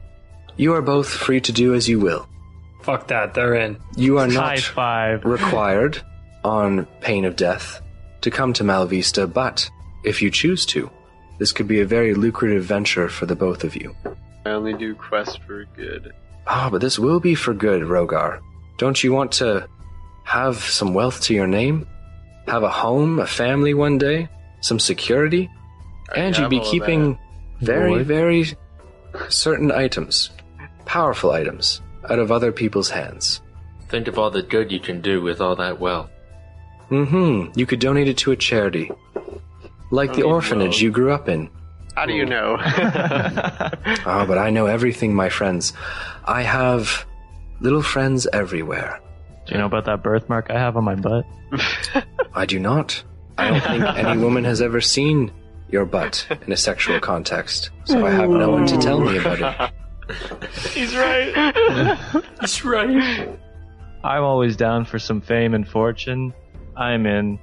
Speaker 4: you are both free to do as you will.
Speaker 5: Fuck that. They're in.
Speaker 4: You are
Speaker 9: High
Speaker 4: not
Speaker 9: five.
Speaker 4: required, on pain of death, to come to Malvista, but if you choose to, this could be a very lucrative venture for the both of you.
Speaker 8: I only do quests for good.
Speaker 4: Ah, but this will be for good, Rogar. Don't you want to have some wealth to your name? Have a home, a family one day, some security? And
Speaker 8: have
Speaker 4: you'd be
Speaker 8: all of
Speaker 4: keeping very, very certain items, powerful items, out of other people's hands.
Speaker 6: Think of all the good you can do with all that wealth.
Speaker 4: Mm hmm. You could donate it to a charity. Like the orphanage you grew up in.
Speaker 8: How do you know?
Speaker 4: Ah, but I know everything, my friends. I have little friends everywhere.
Speaker 9: Do you know about that birthmark I have on my butt?
Speaker 4: I do not. I don't think any woman has ever seen your butt in a sexual context, so I have no one to tell me about it.
Speaker 9: I'm always down for some fame and fortune. I'm in.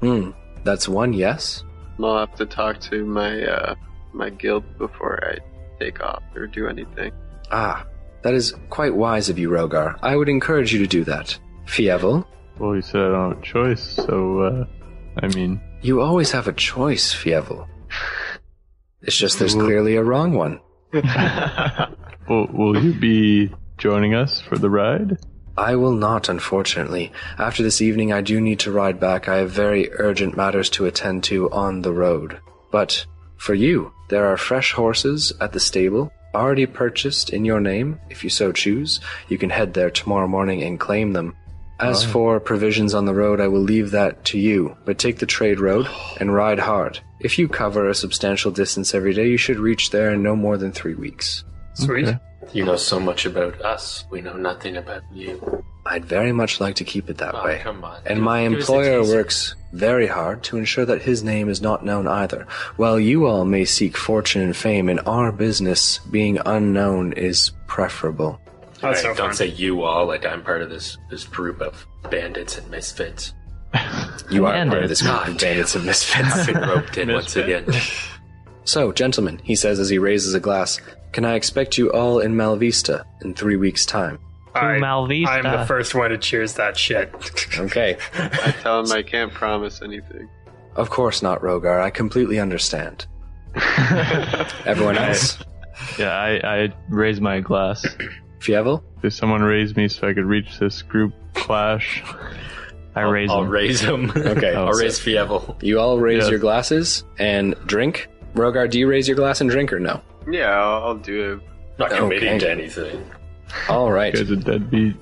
Speaker 4: Hmm. That's one yes.
Speaker 8: I'll have to talk to my uh, my guild before I take off or do anything.
Speaker 4: Ah, that is quite wise of you, Rogar. I would encourage you to do that. Fievel,
Speaker 7: Well, you said I don't have a choice, so uh, I mean,
Speaker 4: you always have a choice, Fievel. It's just there's clearly a wrong one.
Speaker 7: will, will you be joining us for the ride?
Speaker 4: I will not, unfortunately. After this evening, I do need to ride back. I have very urgent matters to attend to on the road. But for you, there are fresh horses at the stable, already purchased in your name. If you so choose, you can head there tomorrow morning and claim them. As for provisions on the road, I will leave that to you, but take the trade road and ride hard. If you cover a substantial distance every day, you should reach there in no more than three weeks.
Speaker 5: Sweet.
Speaker 6: You know so much about us. We know nothing about you.
Speaker 4: I'd very much like to keep it that
Speaker 6: Oh,
Speaker 4: way.
Speaker 6: come on.
Speaker 4: And my
Speaker 6: Give us a
Speaker 4: employer
Speaker 6: teaser.
Speaker 4: works very hard to ensure that his name is not known either. While you all may seek fortune and fame, in our business, being unknown is preferable.
Speaker 6: All right,
Speaker 10: so
Speaker 6: don't
Speaker 10: fun.
Speaker 6: say you all like I'm part of this this group of bandits and misfits.
Speaker 4: You are
Speaker 9: Bandits.
Speaker 4: part of this group of bandits and misfits.
Speaker 6: I've been roped in once again.
Speaker 4: so, gentlemen, he says as he raises a glass, can I expect you all in Malvista in three weeks' time?
Speaker 10: I,
Speaker 9: Malvista.
Speaker 10: I'm the first one to cheers that shit.
Speaker 4: Okay.
Speaker 8: I tell him I can't promise anything.
Speaker 4: Of course not, Rogar. I completely understand. Everyone else?
Speaker 9: Yeah, I, I raise my glass.
Speaker 4: Fievel?
Speaker 7: Did someone raise me so I could reach this group clash?
Speaker 9: I raise
Speaker 6: I'll
Speaker 9: them.
Speaker 6: raise him.
Speaker 4: Okay.
Speaker 6: I'll raise Fievel.
Speaker 4: You all raise
Speaker 7: Yes.
Speaker 4: your glasses and drink. Rogar, do you raise your glass and drink or no?
Speaker 8: Yeah, I'll, I'll do it.
Speaker 6: Not committing
Speaker 4: Okay.
Speaker 6: to anything.
Speaker 4: All right.
Speaker 7: You guys are deadbeat.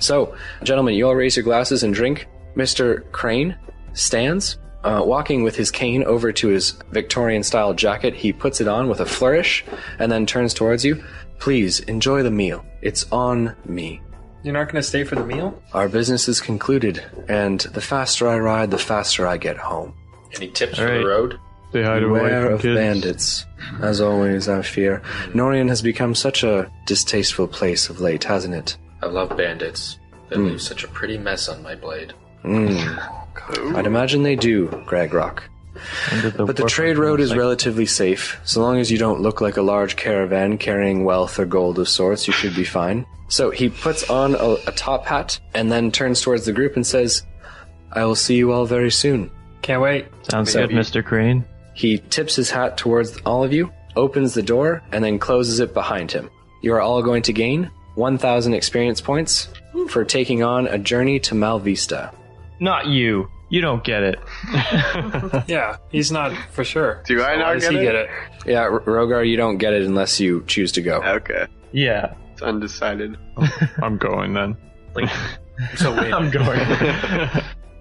Speaker 4: So, gentlemen, you all raise your glasses and drink. Mr. Crane stands, uh, walking with his cane over to his Victorian style jacket. He puts it on with a flourish and then turns towards you. Please enjoy the meal. It's on me.
Speaker 10: You're not going to stay for the meal?
Speaker 4: Our business is concluded, and the faster I ride, the faster I get home.
Speaker 6: Any tips
Speaker 9: All
Speaker 6: for
Speaker 9: right.
Speaker 6: the road?
Speaker 7: They hide away
Speaker 4: Beware
Speaker 7: from
Speaker 4: of
Speaker 7: kids.
Speaker 4: bandits. As always, I fear. Norian has become such a distasteful place of late, hasn't it?
Speaker 6: I love bandits. They leave such a pretty mess on my blade.
Speaker 4: I'd imagine they do, Greg Rock. But the trade road is relatively safe. So long as you don't look like a large caravan carrying wealth or gold of sorts, you should be fine. So he puts on a, a top hat and then turns towards the group and says, I will see you all very soon.
Speaker 10: Can't wait.
Speaker 9: Sounds good, Mr. Crane.
Speaker 4: He tips his hat towards all of you, opens the door, and then closes it behind him. You are all going to gain 1,000 experience points for taking on a journey to Malvista.
Speaker 9: Not you. You don't get it.
Speaker 10: Yeah, he's not for sure.
Speaker 8: Do I
Speaker 10: So
Speaker 8: not
Speaker 10: why does
Speaker 8: get
Speaker 10: he
Speaker 8: it?
Speaker 10: get it?
Speaker 4: Yeah, R- Rogar, you don't get it unless you choose to go.
Speaker 8: Okay,
Speaker 9: Yeah.
Speaker 8: it's undecided.
Speaker 7: I'm going then.
Speaker 9: I'm going.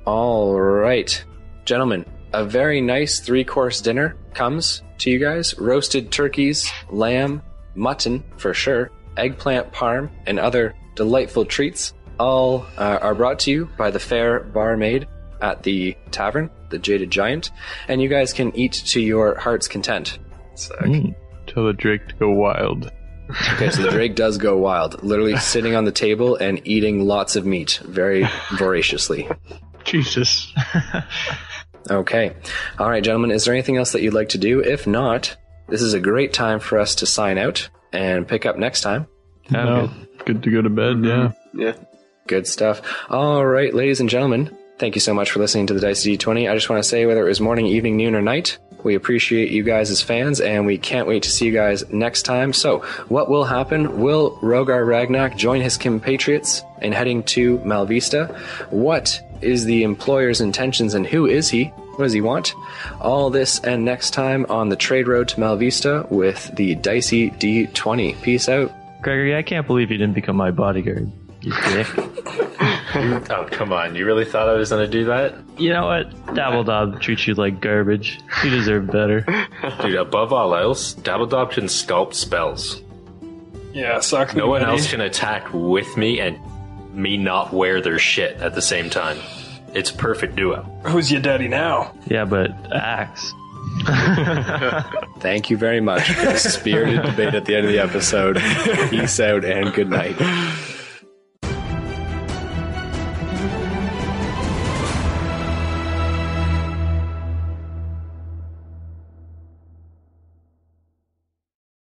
Speaker 4: All right. Gentlemen, a very nice three course dinner comes to you guys roasted turkeys, lamb, mutton for sure, eggplant parm, and other delightful treats. All uh, are brought to you by the fair barmaid at the tavern, the Jaded Giant, and you guys can eat to your heart's content.
Speaker 7: Mm. Tell the Drake to go wild.
Speaker 4: Okay, so the Drake does go wild, literally sitting on the table and eating lots of meat very voraciously.
Speaker 7: Jesus.
Speaker 4: Okay. All right, gentlemen, is there anything else that you'd like to do? If not, this is a great time for us to sign out and pick up next time.
Speaker 7: No. Good to go to bed, yeah.
Speaker 9: Mm-hmm.
Speaker 8: Yeah.
Speaker 4: Good stuff. All right, ladies and gentlemen, thank you so much for listening to the Dice D20. I just want to say whether it was morning, evening, noon, or night, we appreciate you guys as fans, and we can't wait to see you guys next time. So, what will happen? Will Rogar Ragnarok join his compatriots in heading to Malvista? What is the employer's intentions, and who is he? What does he want? All this and next time on the trade road to Malvista with the Dicey D20. Peace out.
Speaker 9: Gregory, I can't believe you didn't become my bodyguard. You dick.
Speaker 6: Oh, come on. You really thought I was going to do that?
Speaker 9: You know what? Dabbledob treats you like garbage. You deserve better.
Speaker 6: Dude, above all else, Dabbledob can sculpt spells.
Speaker 10: Yeah, suck.
Speaker 6: No one else can attack with me and me not wear their shit at the same time. It's a perfect duo.
Speaker 10: Who's your daddy now?
Speaker 9: Yeah, but axe.
Speaker 4: Thank you very much for the spirited debate at the end of the episode. Peace out and good night.